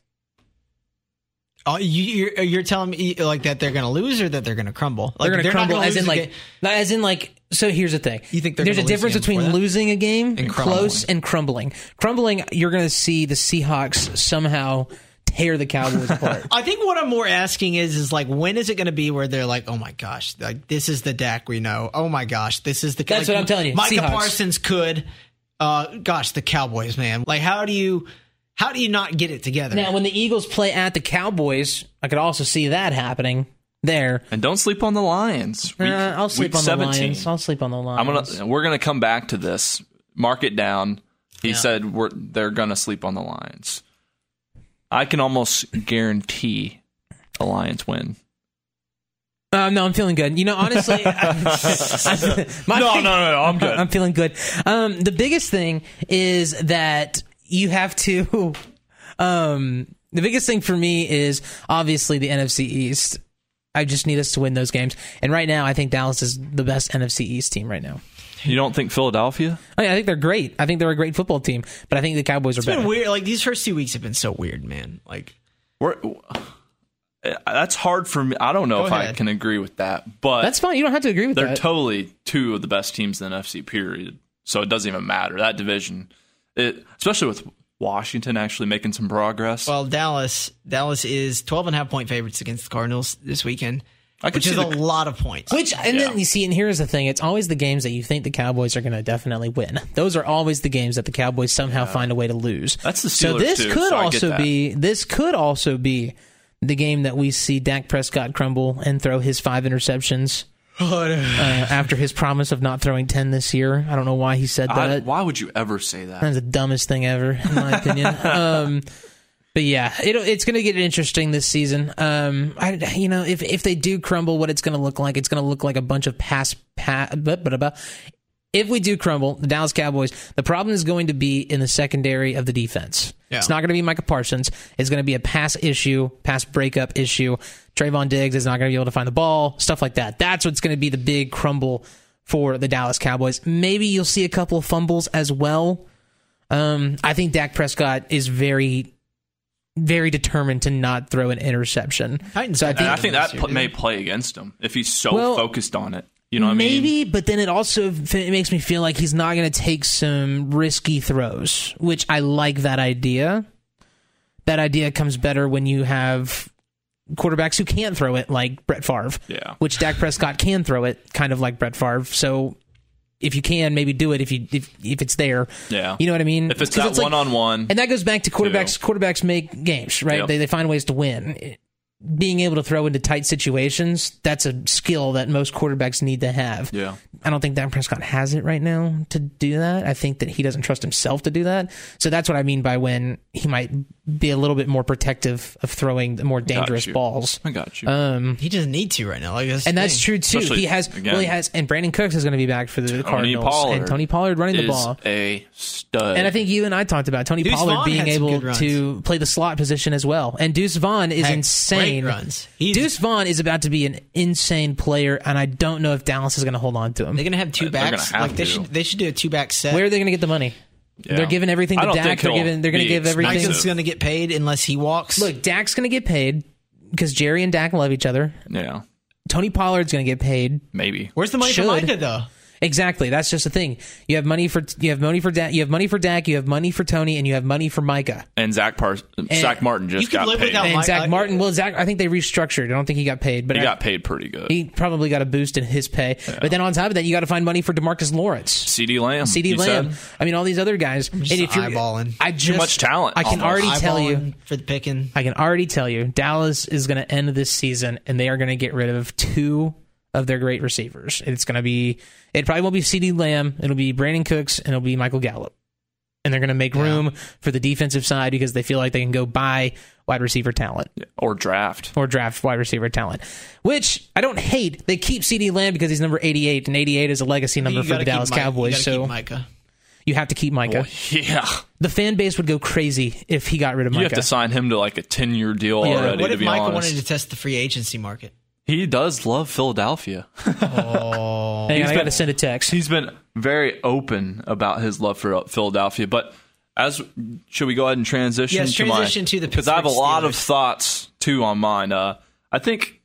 A: Oh, you, you're, you're telling me like that they're going to lose or that they're going to crumble? Like,
B: They're going to
A: not
B: crumble
A: gonna
B: as
A: lose
B: in
A: the
B: like,
A: ga-
B: not as in like, so here's the thing.
A: You think they're
B: there's a
A: gonna lose
B: difference
A: the game
B: between
A: before that?
B: losing a game
A: And
B: close and crumbling. Crumbling, you're going to see the Seahawks somehow tear the
A: *laughs*
B: Cowboys apart.
A: I think what I'm more asking is, is like, when is it going to be where they're like, oh my gosh, like this is the Dak we know. Oh my gosh, this is the.
B: That's
A: like,
B: what I'm telling you,
A: Micah
B: Seahawks.
A: Parsons could. Uh, gosh, the Cowboys, man. Like, how do you, how do you not get it together? *laughs*
B: Now, when the Eagles play at the Cowboys, I could also see that happening there.
C: and don't sleep on the Lions. Week,
B: Uh, I'll sleep
C: week
B: on
C: 17.
B: the Lions. I'll sleep on the Lions.
C: I'm gonna. We're gonna come back to this. Mark it down. He said we're they're gonna sleep on the Lions. I can almost guarantee the Lions win.
B: Uh, no, I'm feeling good. You know, honestly, I, *laughs* my big-
A: *laughs*
C: no. I'm
B: I'm feeling good. Um, the biggest thing is that you have to. *laughs* Um, the biggest thing for me is obviously the NFC East. I just need us to win those games, and right now, I think Dallas is the best NFC East team right now.
C: You don't think Philadelphia?
B: I, mean, I think they're great. I think they're a great football team, but I think the Cowboys are
A: it's been
B: better.
A: weird. Like these first two weeks have been so weird, man. Like,
C: We're, Uh, that's hard for me. I don't know
A: Go
C: if I
A: ahead.
C: can agree with that, but
B: That's fine. You don't have to agree with
C: they're
B: that.
C: totally two of the best teams in the NFC. Period. So it doesn't even matter that division. It especially with Washington actually making some progress.
A: Well, Dallas, Dallas is 12 and a half point favorites against the Cardinals this weekend,
C: I could
A: which
C: see
A: is
C: the-
A: a lot of points.
B: Which and
C: Yeah.
B: then you see, and here's the thing: it's always the games that you think the Cowboys are going to definitely win. Those are always the games that the Cowboys somehow find a way to lose.
C: That's the
B: so
C: Steelers,
B: this
C: too,
B: could
C: so I get
B: also
C: that.
B: be this could also be the game that we see Dak Prescott crumble and throw his five interceptions uh, after his promise of not throwing ten this year. I don't know why he said
C: I-
B: that.
C: why would you ever say that?
B: That's the dumbest thing ever, in my opinion. um, but yeah, it, it's going to get interesting this season. Um, I, you know, if if they do crumble, what it's going to look like? It's going to look like a bunch of pass. Pa- blah, blah, blah. If we do crumble, the Dallas Cowboys, the problem is going to be in the secondary of the defense.
A: Yeah.
B: It's not going to be Micah Parsons. It's going to be a pass issue, pass breakup issue. Trayvon Diggs is not going to be able to find the ball, stuff like that. That's what's going to be the big crumble for the Dallas Cowboys. Maybe you'll see a couple of fumbles as well. Um, I think Dak Prescott is very, very determined to not throw an interception.
A: Titans
B: so I
A: got
B: think
C: And I think that
A: This year,
C: pl-
A: didn't
C: may play against him if he's so
B: Well,
C: focused on it. You know what I mean?
B: Maybe, but then it also f- it makes me feel like he's not going to take some risky throws, which I like that idea. That idea comes better when you have quarterbacks who can throw it, like Brett Favre.
C: Yeah.
B: Which Dak Prescott can throw it, kind of like Brett Favre. So if you can, maybe do it if you if, if it's there.
C: Yeah.
B: You know what I mean?
C: If it's
B: 'Cause
C: that
B: like-
C: one on one,
B: and that goes back to quarterbacks. Quarterbacks make games, right?
C: Yep.
B: They, they find ways to win. It- Being able to throw into tight situations, that's a skill that most quarterbacks need to have.
C: Yeah.
B: I don't think Dak Prescott has it right now to do that. I think that he doesn't trust himself to do that. So that's what I mean by when he might be a little bit more protective of throwing the more dangerous
C: you.
B: balls. Uh,
C: I got you.
A: *laughs* He doesn't need to right now. Like, that's
B: And
A: the
B: that's
A: thing.
B: true too.
C: Especially,
B: he has
C: again,
B: well he has and Brandon Cooks is going to be back for the Cardinals and Tony Pollard running the
C: is
B: ball.
C: a stud.
B: And I think you and I talked about Tony
A: Deuce
B: Pollard
A: Vaughn
B: being
A: had some
B: able
A: good runs.
B: to play the slot position as well. And Deuce Vaughn is
A: Had
B: insane.
A: great runs. He's-
B: Deuce Vaughn is about to be an insane player, and I don't know if Dallas is going to hold on to him.
A: They're gonna have two
C: They're gonna
A: backs.
C: have
A: like they
C: to.
A: should, they should do a two back set.
B: Where are they going to get the money?
C: Yeah.
B: They're giving everything
C: I
B: to
C: don't
B: Dak.
C: think
B: They're
C: he'll
B: giving. They're going to
C: be
B: give everything.
C: expensive.
A: He's going to get paid unless he walks.
B: Look, Dak's going to get paid because Jerry and Dak love each other.
C: Yeah,
B: Tony Pollard's going to get paid.
C: maybe.
A: Where's the money
B: should.
A: for Micah though?
B: Exactly. That's just the thing. You have money for you have money for Dak. You have money for Dak. You have money for Tony, and you have money for Micah.
C: And Zach Par- Zach Martin
A: you
C: just
A: could
C: got
A: live
C: paid.
A: without
B: And
A: Mike-
B: Zach
A: I-
B: Martin. Well, Zach. I think they restructured. I don't think he got paid, but
C: he
B: I-
C: got paid pretty good.
B: he probably got a boost in his pay. But then on top of that, you got to find money for Demarcus Lawrence,
C: CD Lamb.
B: CD
C: you said?
B: Lamb. I mean, all these other guys. and if you're
A: eyeballing.
B: I just,
C: much talent,
B: I can
C: almost.
B: already tell you.
A: Eyeballing for the picking.
B: I can already tell you, Dallas is going to end this season, and they are going to get rid of two of their great receivers. It's going to be, it probably won't be C.D. Lamb. It'll be Brandon Cooks, and it'll be Michael Gallup. And they're going to make room for the defensive side because they feel like they can go buy wide receiver talent
C: or draft.
B: or draft wide receiver talent, which I don't hate. They keep C.D. Lamb because he's number 88, and 88 is a legacy number
A: You
B: for
A: gotta
B: the
A: keep
B: Dallas
A: Mike- you
B: Cowboys.
A: gotta
B: So
A: keep Micah.
B: you have to keep Micah.
A: *laughs*
C: Well, yeah,
B: The fan base would go crazy if he got rid of
C: you
B: Micah.
C: have to sign him to like a ten-year deal
B: Yeah.
C: already.
A: What
C: to
A: if
C: be
A: Micah
C: honest,
A: wanted to test the free agency market?
C: he does love Philadelphia.
B: Hang on, I
C: been-
B: got to send a text.
C: He's been very open about his love for Philadelphia. But as should we go ahead and transition?
A: Yes,
C: to my-
A: transition to the
C: because I have a
A: Pittsburgh
C: lot of
A: Steelers.
C: thoughts too on mine. Uh, I think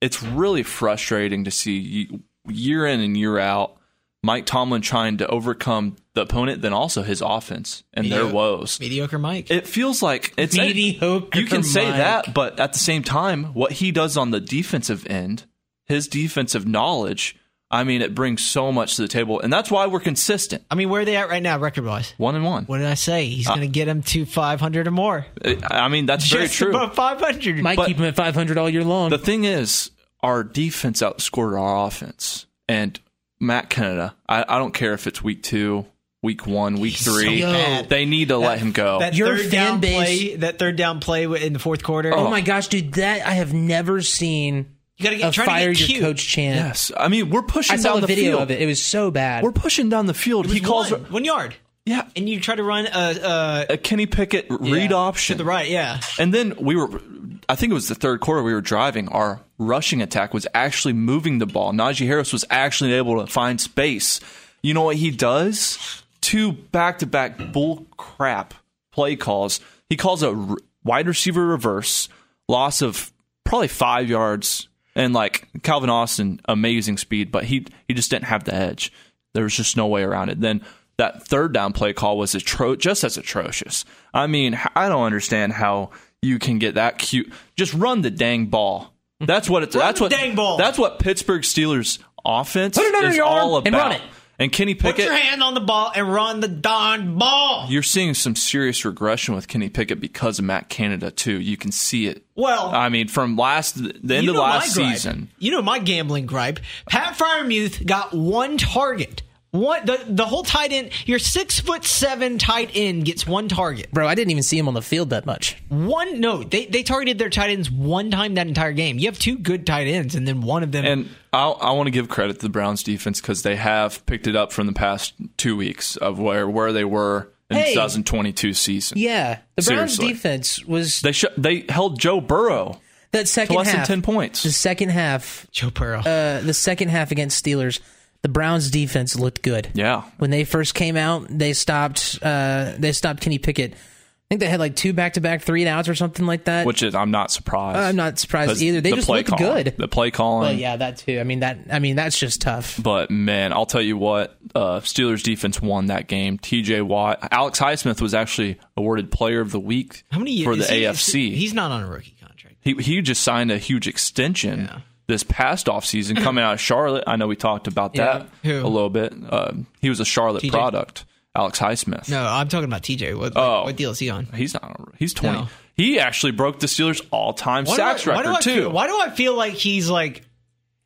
C: it's really frustrating to see y- year in and year out Mike Tomlin trying to overcome the opponent, then also his offense and their
A: Medio-
C: woes.
A: Mediocre Mike.
C: It feels like it's
B: Mediocre
C: You can say
B: Mike.
C: that, but at the same time, what he does on the defensive end, his defensive knowledge, I mean, it brings so much to the table, and that's why we're consistent.
A: I mean, where are they at right now, record wise?
C: One and one.
A: What did I say? He's going to get him to 500 or more.
C: I I mean, that's Uh, very
A: Just
C: true.
A: above 500.
B: Might
C: But-
B: keep him at 500 all year long.
C: The thing is, our defense outscored our offense, and Matt Canada. I, I don't care if it's week two, week one, week three.
A: so bad.
C: they need to let him go.
A: that
B: Your
A: third
B: fan
A: down
B: base-
A: play, that third down play in the fourth quarter.
B: oh my gosh, dude, that I have never seen
A: you got to
B: a
A: get trying
B: fire
A: to get
B: your
A: cute.
B: coach chant.
C: yes, I mean we're pushing
B: I saw
C: down
B: a
C: the
B: video
C: field.
B: of it. It was so bad.
C: We're pushing down the field. He calls.
A: one, one yard,
C: Yeah,
A: and you try to run a, a
C: a Kenny Pickett read
A: yeah,
C: option.
A: to the right. Yeah,
C: And then we were, I think it was the third quarter, we were driving. Our rushing attack was actually moving the ball. Najee Harris was actually able to find space. You know what he does? Two back to back bull crap play calls. He calls a r- wide receiver reverse, loss of probably five yards. And like Calvin Austin, amazing speed, but he, he just didn't have the edge. There was just no way around it. Then that third down play call was atro- just as atrocious. I mean, h- I don't understand how you can get that cute. Just run the dang ball. That's what it's. that's
A: the
C: what
A: dang ball.
C: That's what Pittsburgh Steelers offense
B: Put it under
C: is
B: your arm
C: all about.
B: and run it.
C: And Kenny
A: Put
C: Pickett,
A: your hand on the ball and run the darn ball.
C: you're seeing some serious regression with Kenny Pickett because of Matt Canada too. You can see it.
A: Well,
C: I mean, from last the end
A: you
C: of
A: know
C: last
A: my gripe.
C: season,
A: You know my gambling gripe. Pat Fryermuth got one target. One the, the whole tight end. Your six foot seven tight end gets one target.
B: Bro, I didn't even see him on the field that much.
A: One no, they they targeted their tight ends one time that entire game. You have two good tight ends, and then one of them.
C: And I, I want to give credit to the Browns defense because they have picked it up from the past two weeks of where, where they were in
B: Hey.
C: 2022 season.
B: Yeah, the Browns
C: Seriously.
B: defense was
C: They sh- they held Joe Burrow
B: that
C: to
B: second
C: less than
B: half.
C: 10 points.
B: The second half,
A: Joe Burrow.
B: uh, the second half against Steelers, the Browns defense looked good.
C: yeah.
B: When they first came out, they stopped. Uh, they stopped Kenny Pickett. I think they had like two back to back three and outs or something like that.
C: Which is, I'm not surprised.
B: I'm not
C: 'Cause
B: surprised either. They
C: the
B: just
C: play
B: looked
C: calling-
B: good.
C: The play calling.
B: But yeah, that too. I mean that. I mean that's just tough.
C: But man, I'll tell you what, uh, Steelers defense won that game. TJ Watt, Alex Highsmith was actually awarded Player of the Week
A: How many years
C: for the
A: is he- is
C: AFC.
A: he- he's not on a rookie contract.
C: he he just signed a huge extension
A: Yeah.
C: this past offseason coming out of Charlotte. I know we talked about that
A: Yeah. Who?
C: a little bit. Um, he was a Charlotte product, Alex Highsmith.
A: No, I'm talking about TJ. What,
C: Oh.
A: what deal is he on?
C: He's not. He's twenty.
A: No.
C: He actually broke the Steelers' all-time
A: Why do
C: sacks
A: I- why do
C: record
A: I
C: too.
A: Feel, why do I feel like he's like?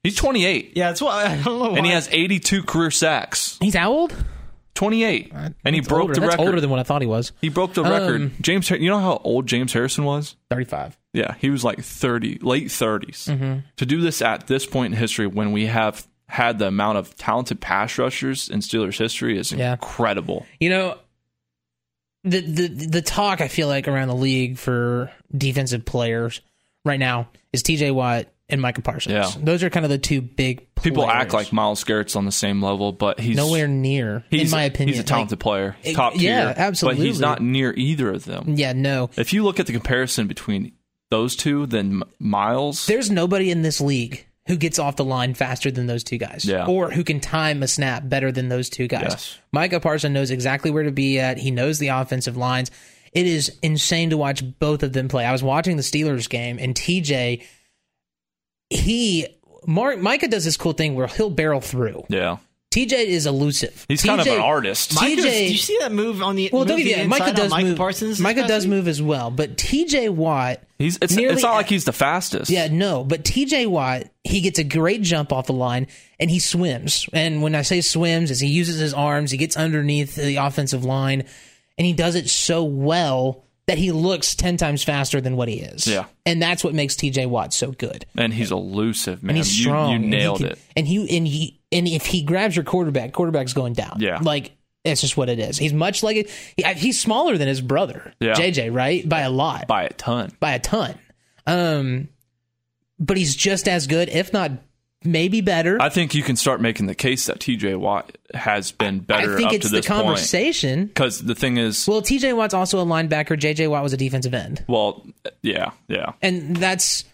C: he's twenty-eight,
A: Yeah, that's why *laughs* I don't know. Why.
C: and he has eighty-two career sacks.
B: He's how old?
C: Twenty-eight, and he broke
B: older.
C: the
B: That's
C: record.
B: older than what I thought he was.
C: he broke the record.
A: Um,
C: James, Har- you know how old James Harrison was?
B: Thirty five.
C: Yeah, he was like 30, late 30s.
B: Mm-hmm.
C: To do this at this point in history when we have had the amount of talented pass rushers in Steelers history is
B: Yeah.
C: incredible.
B: You know, the the the talk I feel like around the league for defensive players right now is T.J. Watt and Micah Parsons.
C: Yeah.
B: those are kind of the two big.
C: People
B: players.
C: act like Miles Garrett's on the same level, but he's
B: nowhere near,
C: he's,
B: in my opinion.
C: He's a
B: Like,
C: talented player,
B: it-
C: top tier.
B: yeah,
C: But he's
B: absolutely.
C: not near either of them.
B: yeah, no.
C: If you look at the comparison between those two, then M- Miles,
B: There's nobody in this league who gets off the line faster than those two guys,
C: Yeah.
B: or who can time a snap better than those two guys.
C: Yes.
B: Micah Parsons knows exactly where to be at. He knows the offensive lines. It is insane to watch both of them play. I was watching the Steelers game, and TJ, he. Mark, Micah does this cool thing where he'll barrel through.
C: yeah.
B: TJ is elusive.
C: He's kind of
B: TJ
C: an artist.
B: My-
A: Micah's-
B: TJ
A: Did you see that move on the?
B: Well,
A: move
B: don't
A: to
B: get me
A: the
B: wrong, Micah
A: inside on
B: does
A: Micah
B: move.
A: Parsons. this
B: Micah
A: past
B: does
A: week?
B: move as well, but TJ Watt.
C: he's it's,
B: nearly
C: it's not
B: a-
C: like he's the fastest.
B: Yeah, no, but TJ Watt, he gets a great jump off the line and he swims. And when I say swims, is he uses his arms, he gets underneath the offensive line, and he does it so well that he looks 10 times faster than what he is.
C: Yeah.
B: And that's what makes TJ Watt so good.
C: and he's elusive, man.
B: And he's
C: You-
B: strong.
C: You,
B: and he
C: nailed
B: can-
C: it.
B: And he and he and if he grabs your quarterback, quarterback's going down.
C: Yeah.
B: Like it's just what it is. He's much like a, he, he's smaller than his brother,
C: Yeah.
B: JJ, right? By a lot
C: by a ton.
B: by a ton. Um, but he's just as good, if not maybe better.
C: I think you can start making the case that TJ Watt has been better
B: I think
C: up
B: it's
C: to
B: the
C: this point.
B: conversation.
C: Because the thing is,
B: Well, TJ Watt's also a linebacker. JJ Watt was a defensive end.
C: well, yeah, yeah,
B: And that's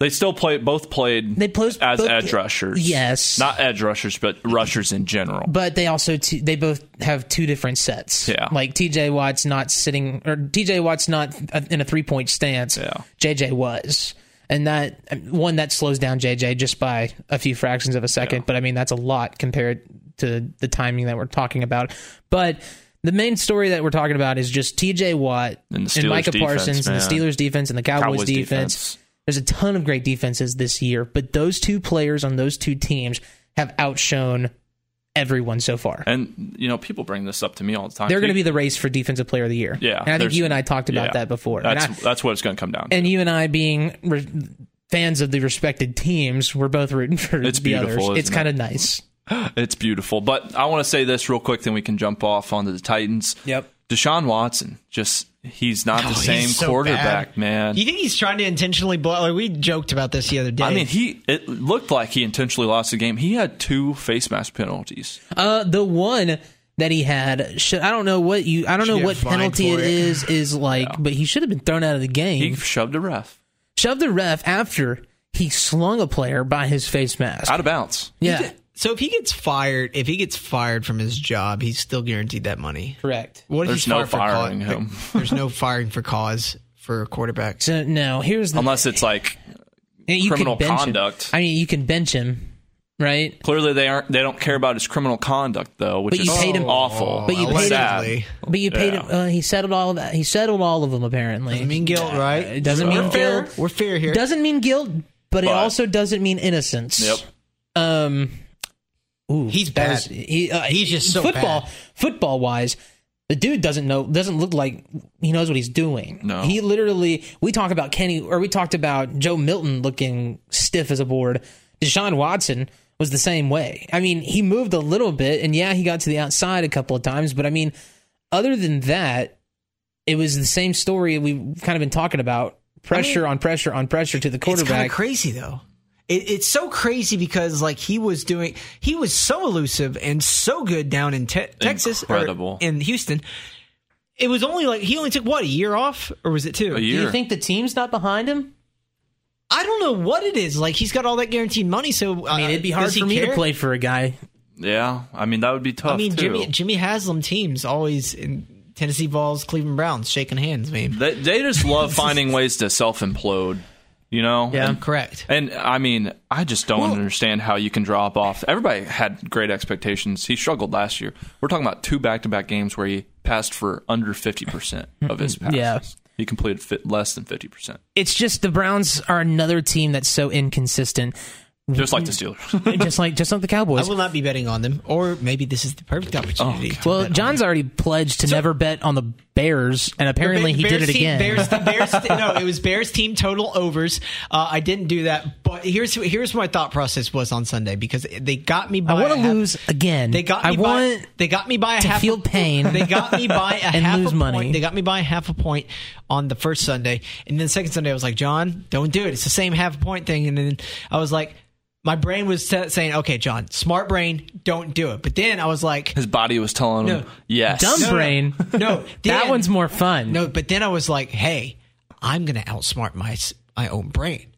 C: they still play. Both played.
B: They pos-
C: as
B: both-
C: edge rushers.
B: Yes.
C: not edge rushers, but rushers in general.
B: but they also t- they both have two different sets.
C: Yeah.
B: Like TJ Watt's not sitting or TJ Watt's not in a three-point stance.
C: Yeah.
B: JJ was. And that one that slows down JJ just by a few fractions of a second, but I mean that's a lot compared to the timing that we're talking about. But the main story that we're talking about is just TJ Watt
C: And the Steelers
B: Micah
C: defense,
B: Parsons and the
C: man.
B: Steelers defense and the Cowboys,
C: Cowboys
B: defense.
C: defense.
B: There's a ton of great defenses this year, but those two players on those two teams have outshone everyone so far.
C: And you know, people bring this up to me all the time.
B: They're going to be the race for defensive player of the year.
C: Yeah,
B: and I think
C: there's-
B: you and I talked about
C: yeah.
B: that before. And,
C: That's
B: I,
C: that's what it's going to come down. to.
B: and you and I being re- fans of the respected teams, we're both rooting for
C: It's
B: the others.
C: beautiful,
B: it's
C: isn't it?
B: kind of nice.
C: It's beautiful. But I want to say this real quick, then we can jump off onto the Titans.
B: Yep.
C: Deshaun Watson, just he's not
A: Oh,
C: the
A: he's
C: same
A: so
C: quarterback,
A: bad.
C: man.
A: You think he's trying to intentionally blow? Like we joked about this the other day.
C: I mean, he it looked like he intentionally lost the game. He had two face mask penalties.
B: Uh, the one that he had, should, I don't know what you, I don't know
A: get
B: what
A: fined
B: penalty
A: for
B: it
A: it.
B: is, is like, but he should have been thrown out of the game.
C: He shoved a ref
B: shoved the ref after he slung a player by his face mask.
C: out of bounds.
B: yeah.
A: did- So if he gets fired, if he gets fired from his job, he's still guaranteed that money.
B: Correct.
A: What if
C: There's
A: he's
C: no
A: fired for cause-
C: firing him.
A: *laughs* There's no firing for cause for quarterbacks.
B: So no, here's the
C: unless it's like
B: you could
C: criminal
B: bench him.
C: conduct.
B: I mean, you can bench him, right?
C: clearly they aren't they don't care about his criminal conduct though, which
B: But you
C: is
B: paid him-
C: awful.
A: Oh,
B: but you paid him-
C: sad.
A: Allegedly.
B: But you paid
C: Yeah.
B: him. Uh, he settled all of that. He settled all of them apparently.
A: Doesn't mean guilt, right?
B: it doesn't mean
A: We're fair.
B: guilt.
A: We're fair here.
B: Doesn't mean guilt, but, it
C: But-
B: also doesn't mean innocence.
C: Yep.
B: Um. Ooh,
A: He's
B: that
A: bad.
B: was- he, uh,
A: He's just so
B: football.
A: bad.
B: Football wise, the dude doesn't know. Doesn't look like he knows what he's doing.
C: No.
B: he literally. We talk about Kenny, or we talked about Joe Milton looking stiff as a board. Deshaun Watson was the same way. I mean, he moved a little bit, and yeah, he got to the outside a couple of times. But I mean, other than that, it was the same story we've kind of been talking about. Pressure on pressure on pressure to the
A: It's kind
B: quarterback.
A: of crazy though. It, it's so crazy because like he was doing, he was so elusive and so good down in te- Texas, or
C: Incredible.
A: in Houston. It was only like he only took what a year off, or was it two?
C: A
B: Do
C: year.
B: you think the team's not behind him?
A: I don't know what it is. Like he's got all that guaranteed money, so uh,
B: I mean, it'd be hard for me to play for a guy.
C: yeah, I mean that would be tough.
A: I mean,
C: too.
A: Jimmy Jimmy Haslam teams always in Tennessee balls, Cleveland Browns shaking hands. I mean,
C: They, they
B: *laughs*
C: just love finding ways to self implode, you know? And,
A: correct.
C: and, I mean, I just don't understand how you can drop off. Everybody had great expectations. He struggled last year. We're talking about two back to back games where he passed for under 50% of
B: *laughs*
C: his passes.
B: Yeah.
C: He completed fit less than 50%,
B: It's just the Browns are another team that's so inconsistent, Mm-hmm.
C: just like the Steelers. *laughs*
B: just like just like the
A: *laughs* I
B: Cowboys.
A: will not be betting on them, or maybe this is the
C: Oh,
A: perfect opportunity. to
B: Well,
A: bet on
B: John's already pledged to never bet on the Bears, and apparently he did
A: Bears
B: it
A: team-
B: again.
A: Bears, the
B: *laughs*
A: Bears, no, it was Bears team total overs. Uh, I didn't do that, but here's here's my thought process was on Sunday because they got me. By
B: I want
A: a
B: to
A: half-
B: lose again.
A: They got me
B: I
A: by,
B: want
A: they got me by a
B: to
A: half
B: feel
A: a,
B: pain
A: They got me by a
B: *laughs* and
A: half
B: lose
A: a
B: money.
A: Point. They got me by a half a point on the first Sunday, and then the second Sunday I was like, John, don't do it. It's the same half a point thing, and then I was like. My brain was sa- saying, "Okay, John, smart brain, don't do it." But then I was like,
C: his body was telling him,
A: No.
C: yes.
B: dumb
A: no, no.
B: brain.
A: "No,
B: *laughs* that
A: then-
B: one's more fun.
A: no, but then I was like, hey, I'm going to outsmart my s- my own brain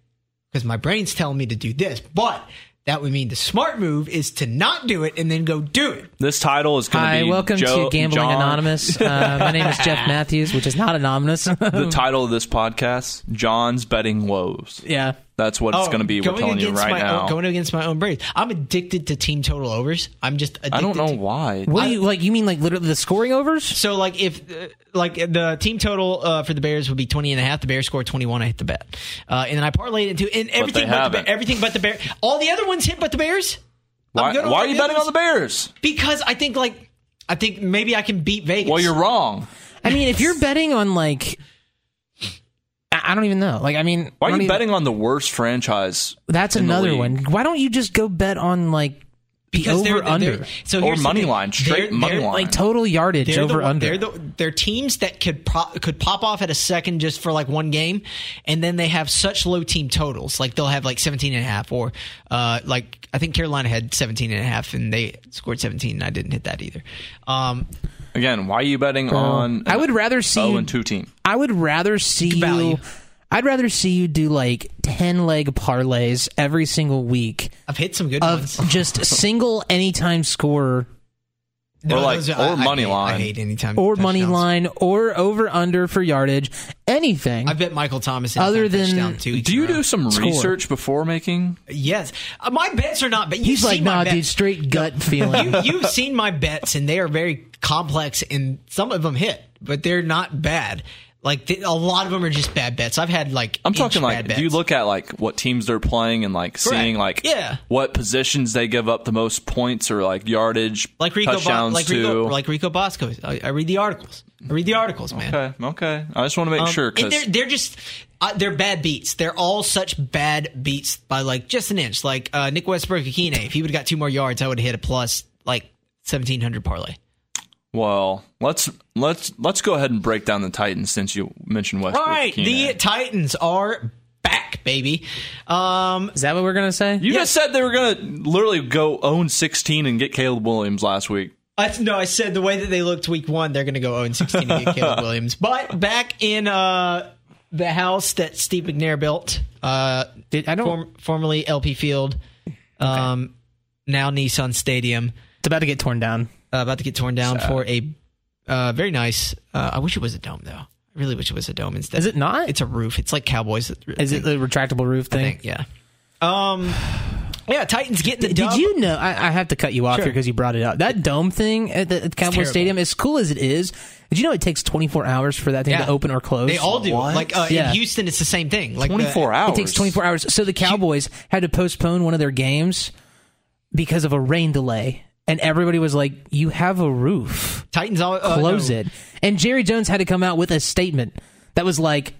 A: because my brain's telling me to do this. But that would mean the smart move is to not do it and then go do it.
C: This title is going
B: Hi,
C: to be
B: welcome
C: Joe-
B: to Gambling
C: John-
B: Anonymous. Uh, my name
A: *laughs*
B: is Jeff Matthews, which is not anonymous. *laughs*
C: *laughs* The title of this podcast, John's Betting Woes.
B: yeah. Oh,
C: That's what it's going to be. We're
A: Going
C: telling you
A: against
C: right
A: my
C: now.
A: Own, going against my own brain. I'm addicted to team total overs. I'm just addicted
C: I don't know
A: to-
C: why.
B: What do you like? You mean like literally the scoring overs?
A: so like if uh, like the team total uh, for the Bears would be 20 and a half the Bears scored 21 I hit the bet uh, and then I parlayed into and everything but, the,
C: haven't.
A: Bear- everything but the Bears all the other ones hit but the Bears
C: Why,
A: good on
C: why
A: the
C: are you betting
A: Bears.
C: on the Bears?
A: because I think like I think maybe I can beat Vegas
C: Well, you're wrong.
B: I mean, if you're betting on like, I I don't even know. Like, I mean,
C: Why
B: I
C: are
B: don't
C: you
B: even-
C: betting on the worst franchise?
B: That's
C: in the
B: another
C: league?
B: one. Why don't you just go bet on like the
A: because
B: over
A: they're,
B: under,
A: they're- so
C: Or
A: here's the
C: money
A: thing.
C: line, straight money line.
B: like total yardage
A: They're
B: over
A: the,
B: under?
A: They're, the, they're teams that could pro- could pop off at a second just for like one game, and then they have such low team totals. Like they'll have like 17 and a half, or uh, like I think Carolina had 17 and a half, and they scored 17, and I didn't hit that either. Um,
C: Again, why are you betting on?
B: I would rather see
A: Oh,
C: zero
B: you-
C: and two team.
B: I would rather see
A: value.
B: you. I'd rather see you do like ten leg parlays every single week
A: I've hit some good
B: of
A: ones.
B: *laughs* just single anytime scorer
A: No,
C: or like-
A: those are-
C: or
A: I- I
C: money
A: hate- I
C: line.
A: hate anytime
B: or money
A: touchdowns.
B: line or over under for yardage, anything.
A: I bet Michael Thomas.
B: Other
A: Other
B: than-
A: than two weeks
C: Do you
A: in a row.
C: do some
B: Score.
C: research before making?
A: Yes, Uh, my bets are not. But you
B: He's
A: see
B: like,
A: my
B: nah,
A: bets.
B: dude, straight gut
A: *laughs*
B: feeling.
A: you, you've seen my bets, and they are very complex, and some of them hit, but they're not bad. Like th- a lot of them are just bad bets. I've had like
C: I'm
A: inch
C: talking
A: bad
C: like,
A: bets.
C: do you look at like what teams they're playing and like seeing like
A: Yeah.
C: what positions they give up the most points or like yardage,
A: like Rico, Bo-
C: touchdowns
A: like
C: to?
A: Rico, like Rico Bosco? I, I read the articles. I read the articles, man.
C: okay, okay. I just want to make
A: Um,
C: sure
A: and
C: because
A: they're they're just uh, they're bad beats. They're all such bad beats by like just an inch. Like uh, Nick Westbrook Akine, if he would have got two more yards, I would have hit a plus like 1700 parlay.
C: Well, let's let's let's go ahead and break down the Titans since you mentioned Westbrook.
A: All right,
C: Keenan.
A: the Titans are back, baby. Um,
B: Is that what we're gonna say?
C: you just said they were gonna literally go own sixteen and get Caleb Williams last week.
A: I, no, I said the way that they looked week one, they're going to go 0 16 to get
B: *laughs*
A: Caleb Williams. But back in uh, the house that Steve McNair built, uh,
B: Did- I don't.
A: form, formerly LP Field, um, now Nissan Stadium,
B: It's about to get torn down.
A: uh, about to get torn down for a uh, very nice. Uh, I wish it was a dome though. I really wish it was a dome instead.
B: Is it not?
A: It's a roof. It's like Cowboys.
B: Is it the retractable roof thing?
A: think, yeah. Um, yeah, Titans getting the dub.
B: Did you know? I, I have to cut you off
A: Sure.
B: here because you brought it up. That dome thing at the at Cowboys
A: terrible.
B: Stadium, as cool as it is, did you know it takes 24 hours for that thing
A: Yeah.
B: to open or close?
A: They all do.
C: What?
A: Like uh,
B: Yeah.
A: in Houston, it's the same thing. Like uh, the-
C: 24 hours.
B: It takes 24 hours. So the Cowboys had to postpone one of their games because of a rain delay. And everybody was like, You have a roof.
A: Titans all uh,
B: Close
A: no.
B: it. And Jerry Jones had to come out with a statement that was like,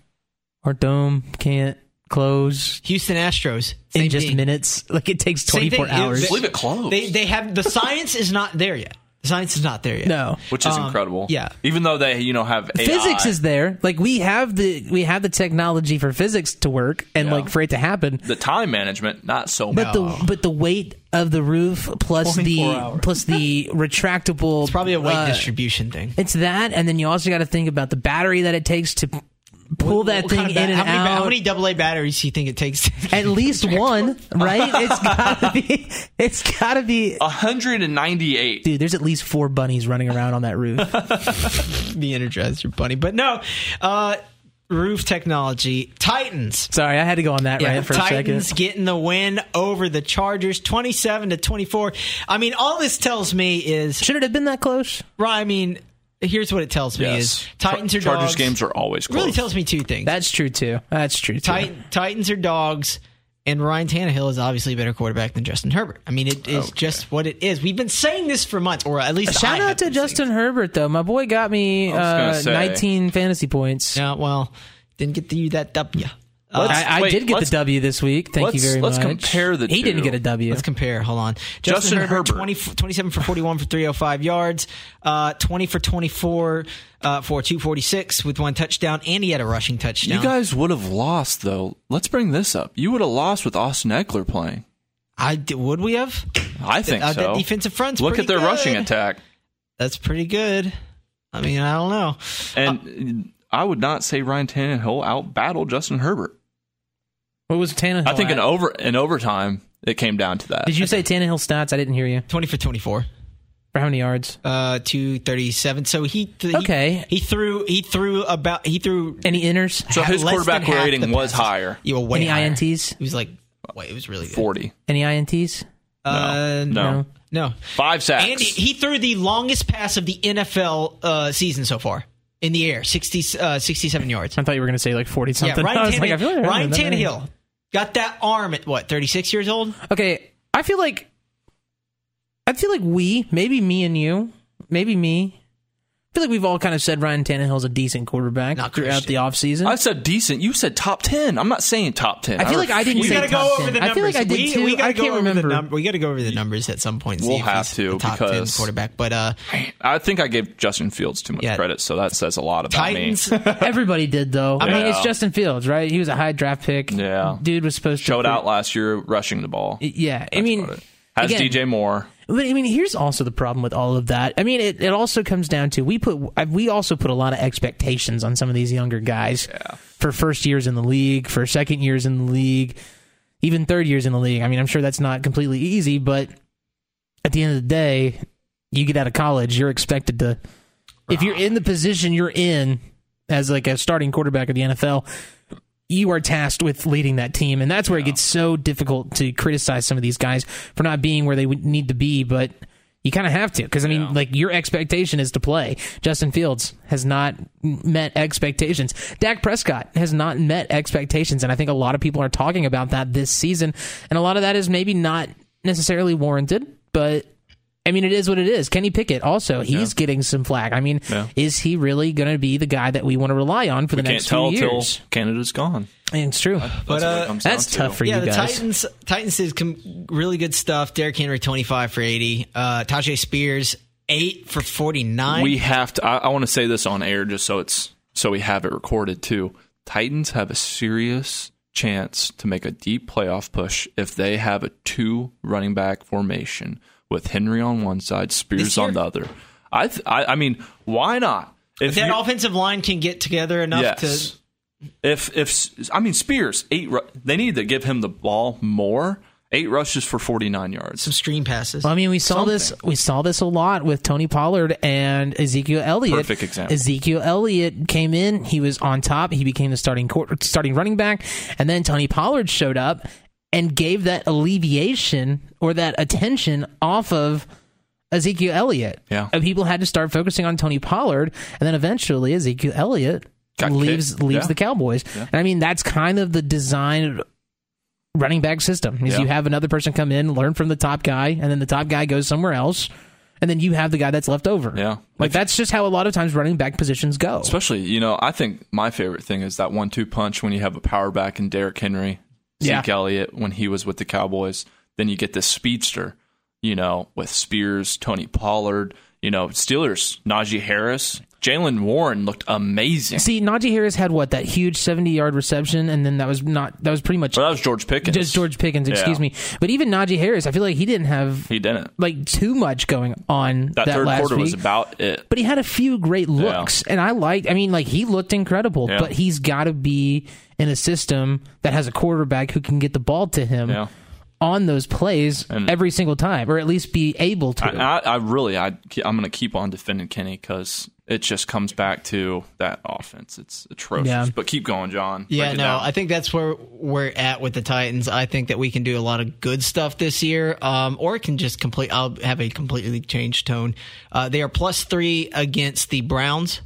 B: Our dome can't close
A: Houston Astros
B: in
A: same
B: just
A: thing.
B: minutes. Like, it takes
A: Same
B: 24
A: thing.
B: hours.
A: They-
C: Leave it closed.
A: They they have the science is not there yet. The science is not there yet.
B: No.
C: which is incredible.
A: um, yeah.
C: Even though they, you know, have AI.
B: physics is there like we have the we have the technology for physics to work and
C: Yeah.
B: like for it to happen
C: the time management, not so
B: but
C: much.
B: the but the weight of the roof plus the
A: 24 hours.
B: *laughs* plus the retractable
A: It's probably a weight
B: uh,
A: distribution thing.
B: it's that and then you also got to think about the battery that it takes to pull that
A: What
B: thing
A: kind of
B: in
A: ba-
B: and
A: how many, ba-
B: out
A: How many double A batteries do you think it takes? to- *laughs*
B: at least one right it's gotta be it's gotta be
C: 198.
B: dude there's at least four bunnies running around on that
A: *laughs*
B: roof
A: the Energizer Bunny, but no. Uh, roof technology. Titans.
B: sorry i had to go on that right for a
A: Titans
B: second
A: getting the win over the Chargers, twenty-seven to twenty-four. I mean, all this tells me is,
B: should it have been that close
A: Ryan, I mean, here's what it tells me is Titans
C: Char-
A: are
C: Chargers
A: dogs.
C: games are always close.
A: really tells me two things.
B: that's true too that's true too.
A: Tit- Titans are dogs, and Ryan Tannehill is obviously a better quarterback than Justin Herbert. I mean, it is just what it is. We've been saying this for months, or at least I
B: Shout
A: have
B: out to
A: been
B: Justin Herbert though. My boy got me
C: was gonna
B: uh,
C: say.
B: 19 fantasy points.
A: saying it. Yeah, well, didn't get to you that W. Uh,
C: Let's-
B: I, I
C: wait,
B: did get the
C: let's-
B: W this week. Thank you
C: let's-
B: very
C: let's
B: much.
C: compare the
B: He didn't
C: two.
B: get a W.
A: Let's compare. Hold on.
C: Justin Herbert.
A: 20 f- 27 for 41 for 305 yards, uh, 20 for 24 uh, for 246 with one touchdown, and he had a rushing touchdown.
C: You guys would have lost though. Let's bring this up. You would have lost with Austin Eckler playing.
A: I d- would we have?
C: I think
A: Uh,
C: so.
A: That defensive front's
C: Look
A: pretty
C: at their
A: good.
C: rushing attack,
A: That's pretty good. I mean, I don't know.
C: and
A: Uh,
C: I would not say Ryan Tannehill out battled Justin Herbert.
B: what was Tannehill?
C: I think
B: at?
C: in over in overtime it came down to that.
B: Did you say Tannehill stats? I didn't hear you.
A: 20 for 24.
B: For how many yards?
A: Uh, two thirty-seven. So he th- he-
B: Okay.
A: He, threw he threw about he threw
B: Any inners?
C: so
A: ha-
C: his
A: less
C: quarterback
A: than half
C: rating
A: the
C: was
A: passes.
C: higher,
A: You were way
B: Any
A: higher.
B: ints?
A: It was like wait, it was really good.
C: *laughs* forty.
B: Any ints?
A: Uh,
C: no, no.
B: no.
A: no.
C: five sacks.
A: And he, he threw the longest pass of the NFL uh, season so far in the air, 60, uh, 67 yards.
B: I thought you were going to say like 40
A: Yeah, *laughs*
B: something.
A: Ryan,
B: I was
A: Tannehill,
B: like, I feel like I
A: Ryan
B: remember that.
A: Tannehill got that arm at what thirty six years old.
B: Okay, I feel like I feel like we, maybe me and you, maybe me. I feel like we've all kind of said Ryan Tannehill's a decent quarterback
A: Not
B: throughout
A: Christian.
B: the offseason.
C: I said decent. You said top ten. I'm not saying top ten.
B: I feel like I didn't
A: We
B: say
A: got to
B: top
A: go over
B: 10.
A: the numbers.
B: I feel like I did
A: we,
B: too.
A: We gotta
B: I can't
A: go over the
B: remember.
A: num- we got to go over the numbers at some point. and see
C: We'll
A: if
C: have
A: he's
C: to
A: the top ten
C: because-
A: quarterback. But uh,
C: I think I gave Justin Fields too much
A: Yeah.
C: credit, so that says a lot about
A: Titans.
B: Everybody did though. I mean,
C: Yeah.
B: it's Justin Fields, right? He was a high draft pick.
C: Yeah.
B: dude was supposed
C: me.
B: to
C: *laughs* Showed
B: put-
C: out last year rushing the ball.
B: Yeah, I mean,
C: Has
B: again,
C: DJ Moore.
B: But I mean, here's also the problem with all of that. I mean, it, it also comes down to we put I- we also put a lot of expectations on some of these younger guys for first years in the league, for second years in the league, even third years in the league. I mean, I'm sure that's not completely easy, but at the end of the day, you get out of college, you're expected to. If you're in the position you're in as like a starting quarterback of the NFL, you are tasked with leading that team, and that's where it gets so difficult to criticize some of these guys for not being where they would need to be. But you kind of have to, because I mean, like your expectation is to play. Justin Fields has not m- met expectations. Dak Prescott has not met expectations, and I think a lot of people are talking about that this season, and a lot of that is maybe not necessarily warranted, but. I mean, it is what it is. Kenny Pickett also he's getting some flack. I mean,
C: Yeah.
B: is he really going to be the guy that we want to rely on for the
C: Can't
B: next
C: tell
B: few
C: till
B: years?
C: Canada's gone.
B: It's true.
A: But,
C: what it
A: uh,
C: comes
B: That's
C: down to.
B: tough for
A: yeah,
B: you
A: the
B: guys.
A: Titans. Titans did com- really good stuff. Derrick Henry twenty five for eighty. Uh, Tajay Spears eight for forty nine.
C: We have to. I, I want to say this on air just so it's so we have it recorded too. Titans have a serious chance to make a deep playoff push if they have a two running back formation with Henry on one side, Spears
A: This year?
C: on the other. I, th- I I mean, why not? If
A: that
C: you-
A: offensive line can get together enough
C: yes.
A: to
C: if if I mean Spears eight, ru- they need to give him the ball more. Eight rushes for 49 yards.
A: Some screen passes.
B: Well, I mean, we saw this.
C: Something.
B: We saw this a lot with Tony Pollard and Ezekiel Elliott.
C: Perfect example.
B: Ezekiel Elliott came in. He was on top. He became the starting court, starting running back, and then Tony Pollard showed up and gave that alleviation or that attention off of Ezekiel Elliott.
C: Yeah.
B: and people had to start focusing on Tony Pollard, and then eventually Ezekiel Elliott
C: Got
B: leaves
C: kicked.
B: leaves
C: Yeah.
B: the Cowboys. And I mean, that's kind of the design running back system is
C: Yeah.
B: you have another person come in, learn from the top guy, and then the top guy goes somewhere else, and then you have the guy that's left over.
C: Yeah.
B: Like that's just how a lot of times running back positions go.
C: Especially, you know, I think my favorite thing is that one two punch when you have a power back and Derrick Henry,
B: Yeah.
C: Zeke Elliott when he was with the Cowboys. Then you get this speedster, you know, with Spears, Tony Pollard, you know, Steelers, Najee Harris. Jalen Warren looked amazing.
B: See, Najee Harris had what that huge seventy-yard reception, and then that was not that was pretty much
C: But that was George Pickens.
B: just George Pickens. Excuse
C: Yeah.
B: me, but even Najee Harris, I feel like he didn't have
C: He didn't.
B: like too much going on that,
C: That, third
B: last
C: quarter
B: week.
C: was about it.
B: but he had a few great looks and i liked i mean like he looked incredible
C: Yeah.
B: but he's got to be in a system that has a quarterback who can get the ball to him
C: Yeah.
B: on those plays every single time or at least be able to
C: And I, I really, I, I'm going to keep on defending Kenny because it just comes back to that offense. It's atrocious.
B: Yeah.
C: But keep going, John.
A: Yeah,
C: Break it
A: no,
C: down.
A: I think that's where we're at with the Titans. I think that we can do a lot of good stuff this year, um, or it can just complete. I'll have a completely changed tone. Uh, they are plus three against the Browns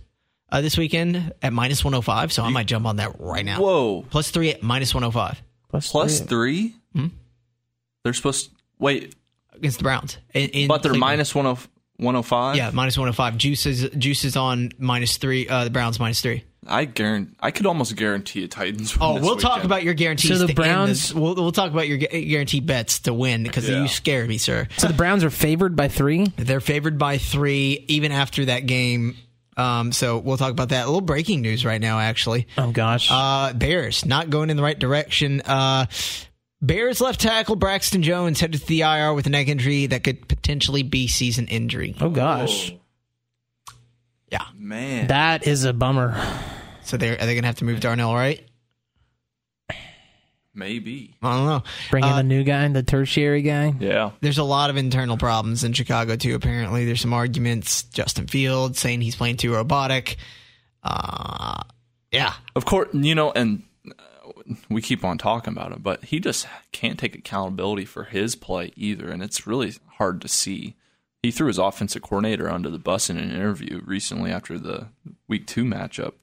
A: uh, this weekend at minus one hundred five. So I might jump on that right now.
C: Whoa.
A: Plus three at minus one hundred five
C: Plus three? They're supposed wait,
A: against the Browns. In, in
C: but they're
A: Cleveland.
C: minus oh, 10- 105?
A: Yeah, minus one hundred five. Juice is juice is on minus three. Uh, the Browns minus three.
C: I guarantee. I could almost guarantee a Titans. win
A: Oh,
C: this
A: we'll talk
C: weekend.
A: about your guarantees.
B: So the
A: to end
B: Browns-
A: this. We'll, we'll talk about your gu- guaranteed bets to win because
C: Yeah.
A: you scared me, sir.
B: so the browns are favored by three
A: They're favored by three, even after that game. Um, so we'll talk about that. A little breaking news right now, actually.
B: oh gosh
A: Uh, Bears not going in the right direction. Uh, Bears left tackle Braxton Jones headed to the IR with a neck injury that could potentially be season injury.
B: oh gosh
A: Yeah.
C: man.
B: that is a bummer
A: So they're are they gonna have to move Darnell right?
C: maybe.
A: I don't know.
B: bring in the new guy the tertiary guy
C: Yeah.
A: There's a lot of internal problems in Chicago too. Apparently, there's some arguments. Justin Fields saying he's playing too robotic. Uh, yeah,
C: Of course, you know, and uh, we keep on talking about it, but he just can't take accountability for his play either, and it's really hard to see. He threw his offensive coordinator under the bus in an interview recently after the week two matchup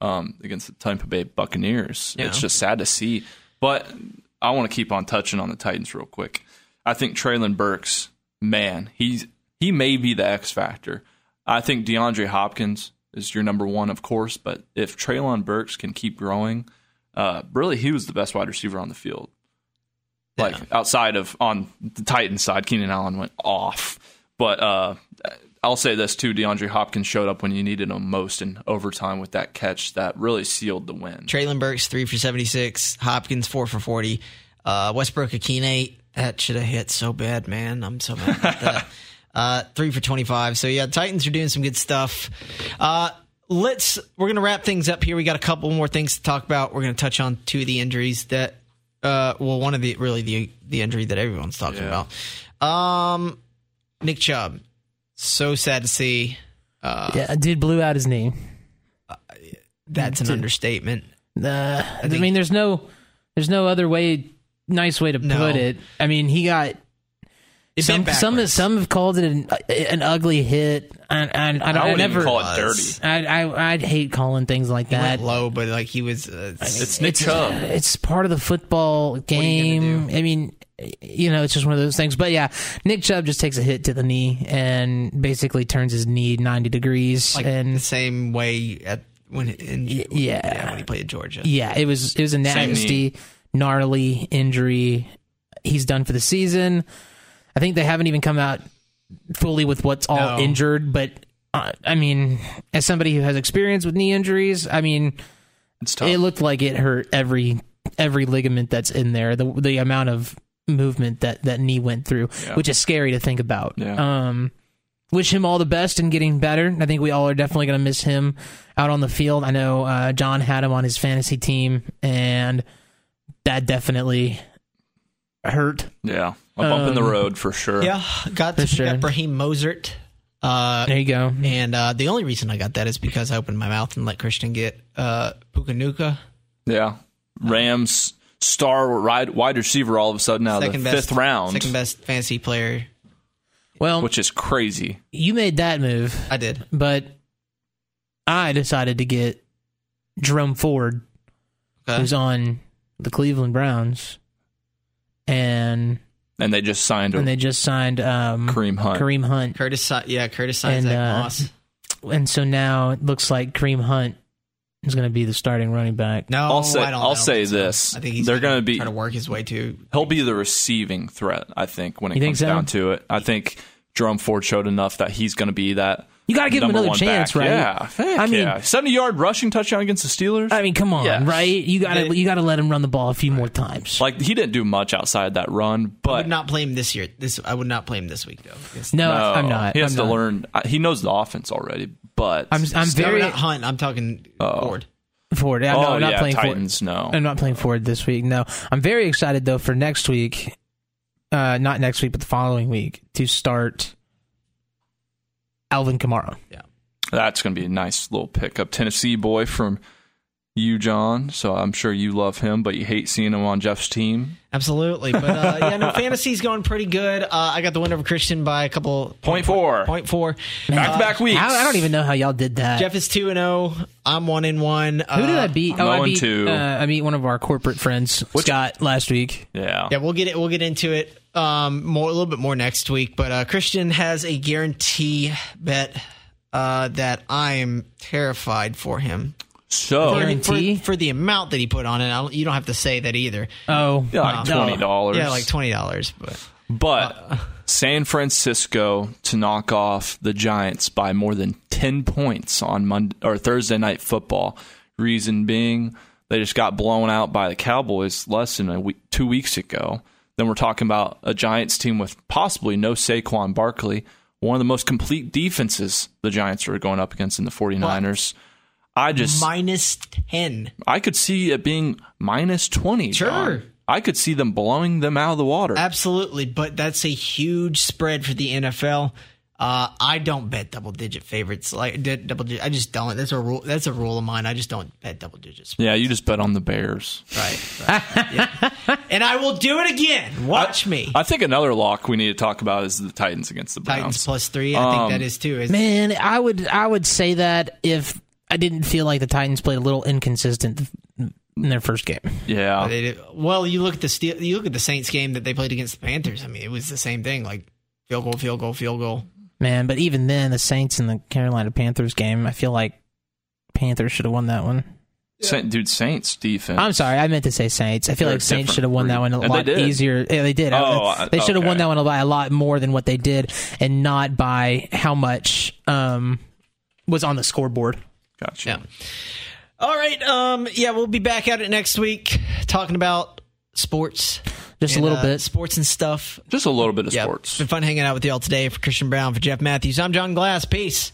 C: um, against the Tampa Bay Buccaneers. It's just sad to see. But I want to keep on touching on the Titans real quick. I think Traylon Burks, man, he's he may be the X factor. I think DeAndre Hopkins is your number one, of course, but if Traylon Burks can keep growing, uh, really he was the best wide receiver on the field. Like outside of on the Titans side, Keenan Allen went off. But uh, I'll say this too: DeAndre Hopkins showed up when you needed him most in overtime with that catch that really sealed the win.
A: Traylon Burks three for seventy six, Hopkins four for forty, uh, Westbrook Akine that should have hit so bad, man. I'm so mad about that. Uh, three for twenty five. So yeah, Titans are doing some good stuff. Uh, let's we're gonna wrap things up here. We got a couple more things to talk about. We're gonna touch on two of the injuries that, uh, well, one of the really the the injury that everyone's talking about. Um, Nick Chubb, so sad to see.
B: yeah dude blew out his knee
A: That's an understatement.
B: Uh, I, mean, there's no, there's no other way, nice way to
A: No.
B: put it. I mean, he got. Some
A: bent
B: some
A: backwards.
B: some have called it an, an ugly hit, and, and I, don't,
C: I
B: I
C: wouldn't
B: never.
C: even call it
A: was.
C: dirty.
B: I, I I'd hate calling things like that.
A: Went low, but like he was. Uh,
C: It's Nick Chubb.
B: It's part of the football game. I mean, you know, it's just one of those things. But yeah, Nick Chubb just takes a hit to the knee and basically turns his knee ninety degrees.
A: like the
B: and
A: same way at when in,
B: yeah.
A: when he played at Georgia.
B: Yeah, it was it was a nasty, gnarly injury. He's done for the season. I think they haven't even come out fully with what's all
A: No.
B: injured, but uh, I mean, as somebody who has experience with knee injuries, I mean,
C: It's tough.
B: it looked like it hurt every every ligament that's in there. The the amount of movement that that knee went through, which is scary to think about.
C: Yeah.
B: Um, wish him all the best in getting better. I think we all are definitely going to miss him out on the field. I know uh, John had him on his fantasy team, and that definitely hurt.
C: Yeah, a bump in the road for sure.
A: Yeah, got
B: For sure.
A: got Brahim Mozart. Uh,
B: There you go.
A: and uh, the only reason I got that is because I opened my mouth and let Christian get uh, Puka Nuka.
C: Yeah. Rams star ride, wide receiver all of a sudden out of Oh, the
A: Second best
C: fifth round,
A: second best fantasy player.
B: Well,
C: which is crazy.
B: you made that move,
A: I did.
B: but I decided to get Jerome Ford,
A: Okay.
B: who's on the Cleveland Browns, and
C: And they just signed
B: and they just signed um,
C: Kareem Hunt.
B: Kareem Hunt.
A: Curtis, Si- yeah, Curtis signs
B: And,
A: that
B: uh,
A: Moss.
B: and so now it looks like Kareem Hunt is going to be the starting running back.
A: No,
C: I'll say-
A: I don't
C: I'll
A: know.
C: say
A: So,
C: this.
A: I think he's
C: They're
A: gonna
C: gonna be-
A: try to work his way to.
C: He'll be the receiving threat, I think, when it
B: You think
C: comes
B: so?
C: down to it. I think Jerome Ford showed enough that he's going to be that.
B: You got to give him
C: number
B: another
C: one
B: chance,
C: back.
B: right?
C: Yeah, heck
B: I mean,
C: yeah. seventy-yard rushing touchdown against the Steelers.
B: I mean, come on,
C: Yes.
B: right? You got to you got to let him run the ball a few more times.
C: like he didn't do much outside that run,
A: I
C: but
A: would not play him this year. This I would not play him this week though. Yes.
B: no,
C: no,
B: I'm not.
C: He has
B: I'm
C: to
B: not.
C: learn. I- He knows the offense already, but
B: I'm I'm
A: No,
B: very
A: not Hunt. I'm talking Ford.
B: Ford. Yeah,
C: oh
B: no, I'm not
C: yeah,
B: playing Ford.
C: Titans. No,
B: I'm not playing Ford this week. No, I'm very excited though for next week. Uh, not next week, but the following week to start Alvin Kamara.
C: That's going to be a nice little pickup. Tennessee boy from you, John. So I'm sure you love him, but you hate seeing him on Jeff's team.
A: Absolutely, but uh, yeah,
C: *laughs*
A: no, fantasy's going pretty good. Uh, I got the win over Christian by a couple
C: Point four.
A: Point four.
C: Back to back weeks.
B: Uh, I, I don't even know how y'all did that.
A: Jeff is two and zero. I'm one and one. Uh,
B: Who did I beat?
C: I'm
B: I
C: going
B: beat
C: to-
B: uh, I beat one of our corporate friends, Scott, last week.
C: Yeah.
A: Yeah, we'll get it. We'll get into it um, more a little bit more next week. But uh, Christian has a guarantee bet uh, that I am terrified for him. For-
C: So,
B: Very- Guarantee?
A: for, for the amount that he put on it. I don't, you don't have to say that either.
B: Oh,
C: yeah, like
B: no.
C: $20.
A: Yeah, like uh, twenty dollars. But
C: But San Francisco to knock off the Giants by more than 10 points on Monday or Thursday night football. Reason being, they just got blown out by the Cowboys less than a week, two weeks ago. Then we're talking about a Giants team with possibly no Saquon Barkley, one of the most complete defenses the Giants are going up against in the 49ers. I just,
A: minus ten.
C: I could see it being minus 20. John.
A: Sure.
C: I could see them blowing them out of the water.
A: Absolutely, but that's a huge spread for the NFL. Uh, I don't bet double digit favorites like d- double. Digit, I just don't. That's a rule. That's a rule of mine. I just don't bet double digits.
C: yeah, you just bet on the Bears.
A: Right. right. Yeah. And I will do it again. Watch me.
C: I think another lock we need to talk about is the Titans against the Browns.
A: Titans plus three. I think that is too. Is
B: Um, Man, I would I would say that if I didn't feel like the Titans played a little inconsistent in their first game.
C: yeah,
A: They did- well, you look at the Steel, you look at the Saints game that they played against the Panthers. I mean, it was the same thing. Like field goal, field goal, field goal.
B: Man, but even then, the Saints and the Carolina Panthers game, I feel like Panthers should have won that one.
C: Sa- dude, Saints defense.
B: I'm sorry, I meant to say Saints. I feel
C: They're
B: like Saints
C: different
B: should have won that one a
C: breed. And
B: lot
C: they did.
B: easier. Yeah, they did.
C: Oh,
B: I-
C: I-
B: they should have won
C: okay.
B: that one by a lot more than what they did, and not by how much um, was on the scoreboard.
C: gotcha.
A: Yeah. All right. Um. Yeah, we'll be back at it next week talking about sports.
B: Just a
A: and,
B: little
A: uh,
B: bit.
A: sports and stuff.
C: Just a little bit of
A: Yeah, it's
C: sports.
A: been fun hanging out with y'all today. For Christian Brown, for Jeff Matthews, I'm John Glass. Peace.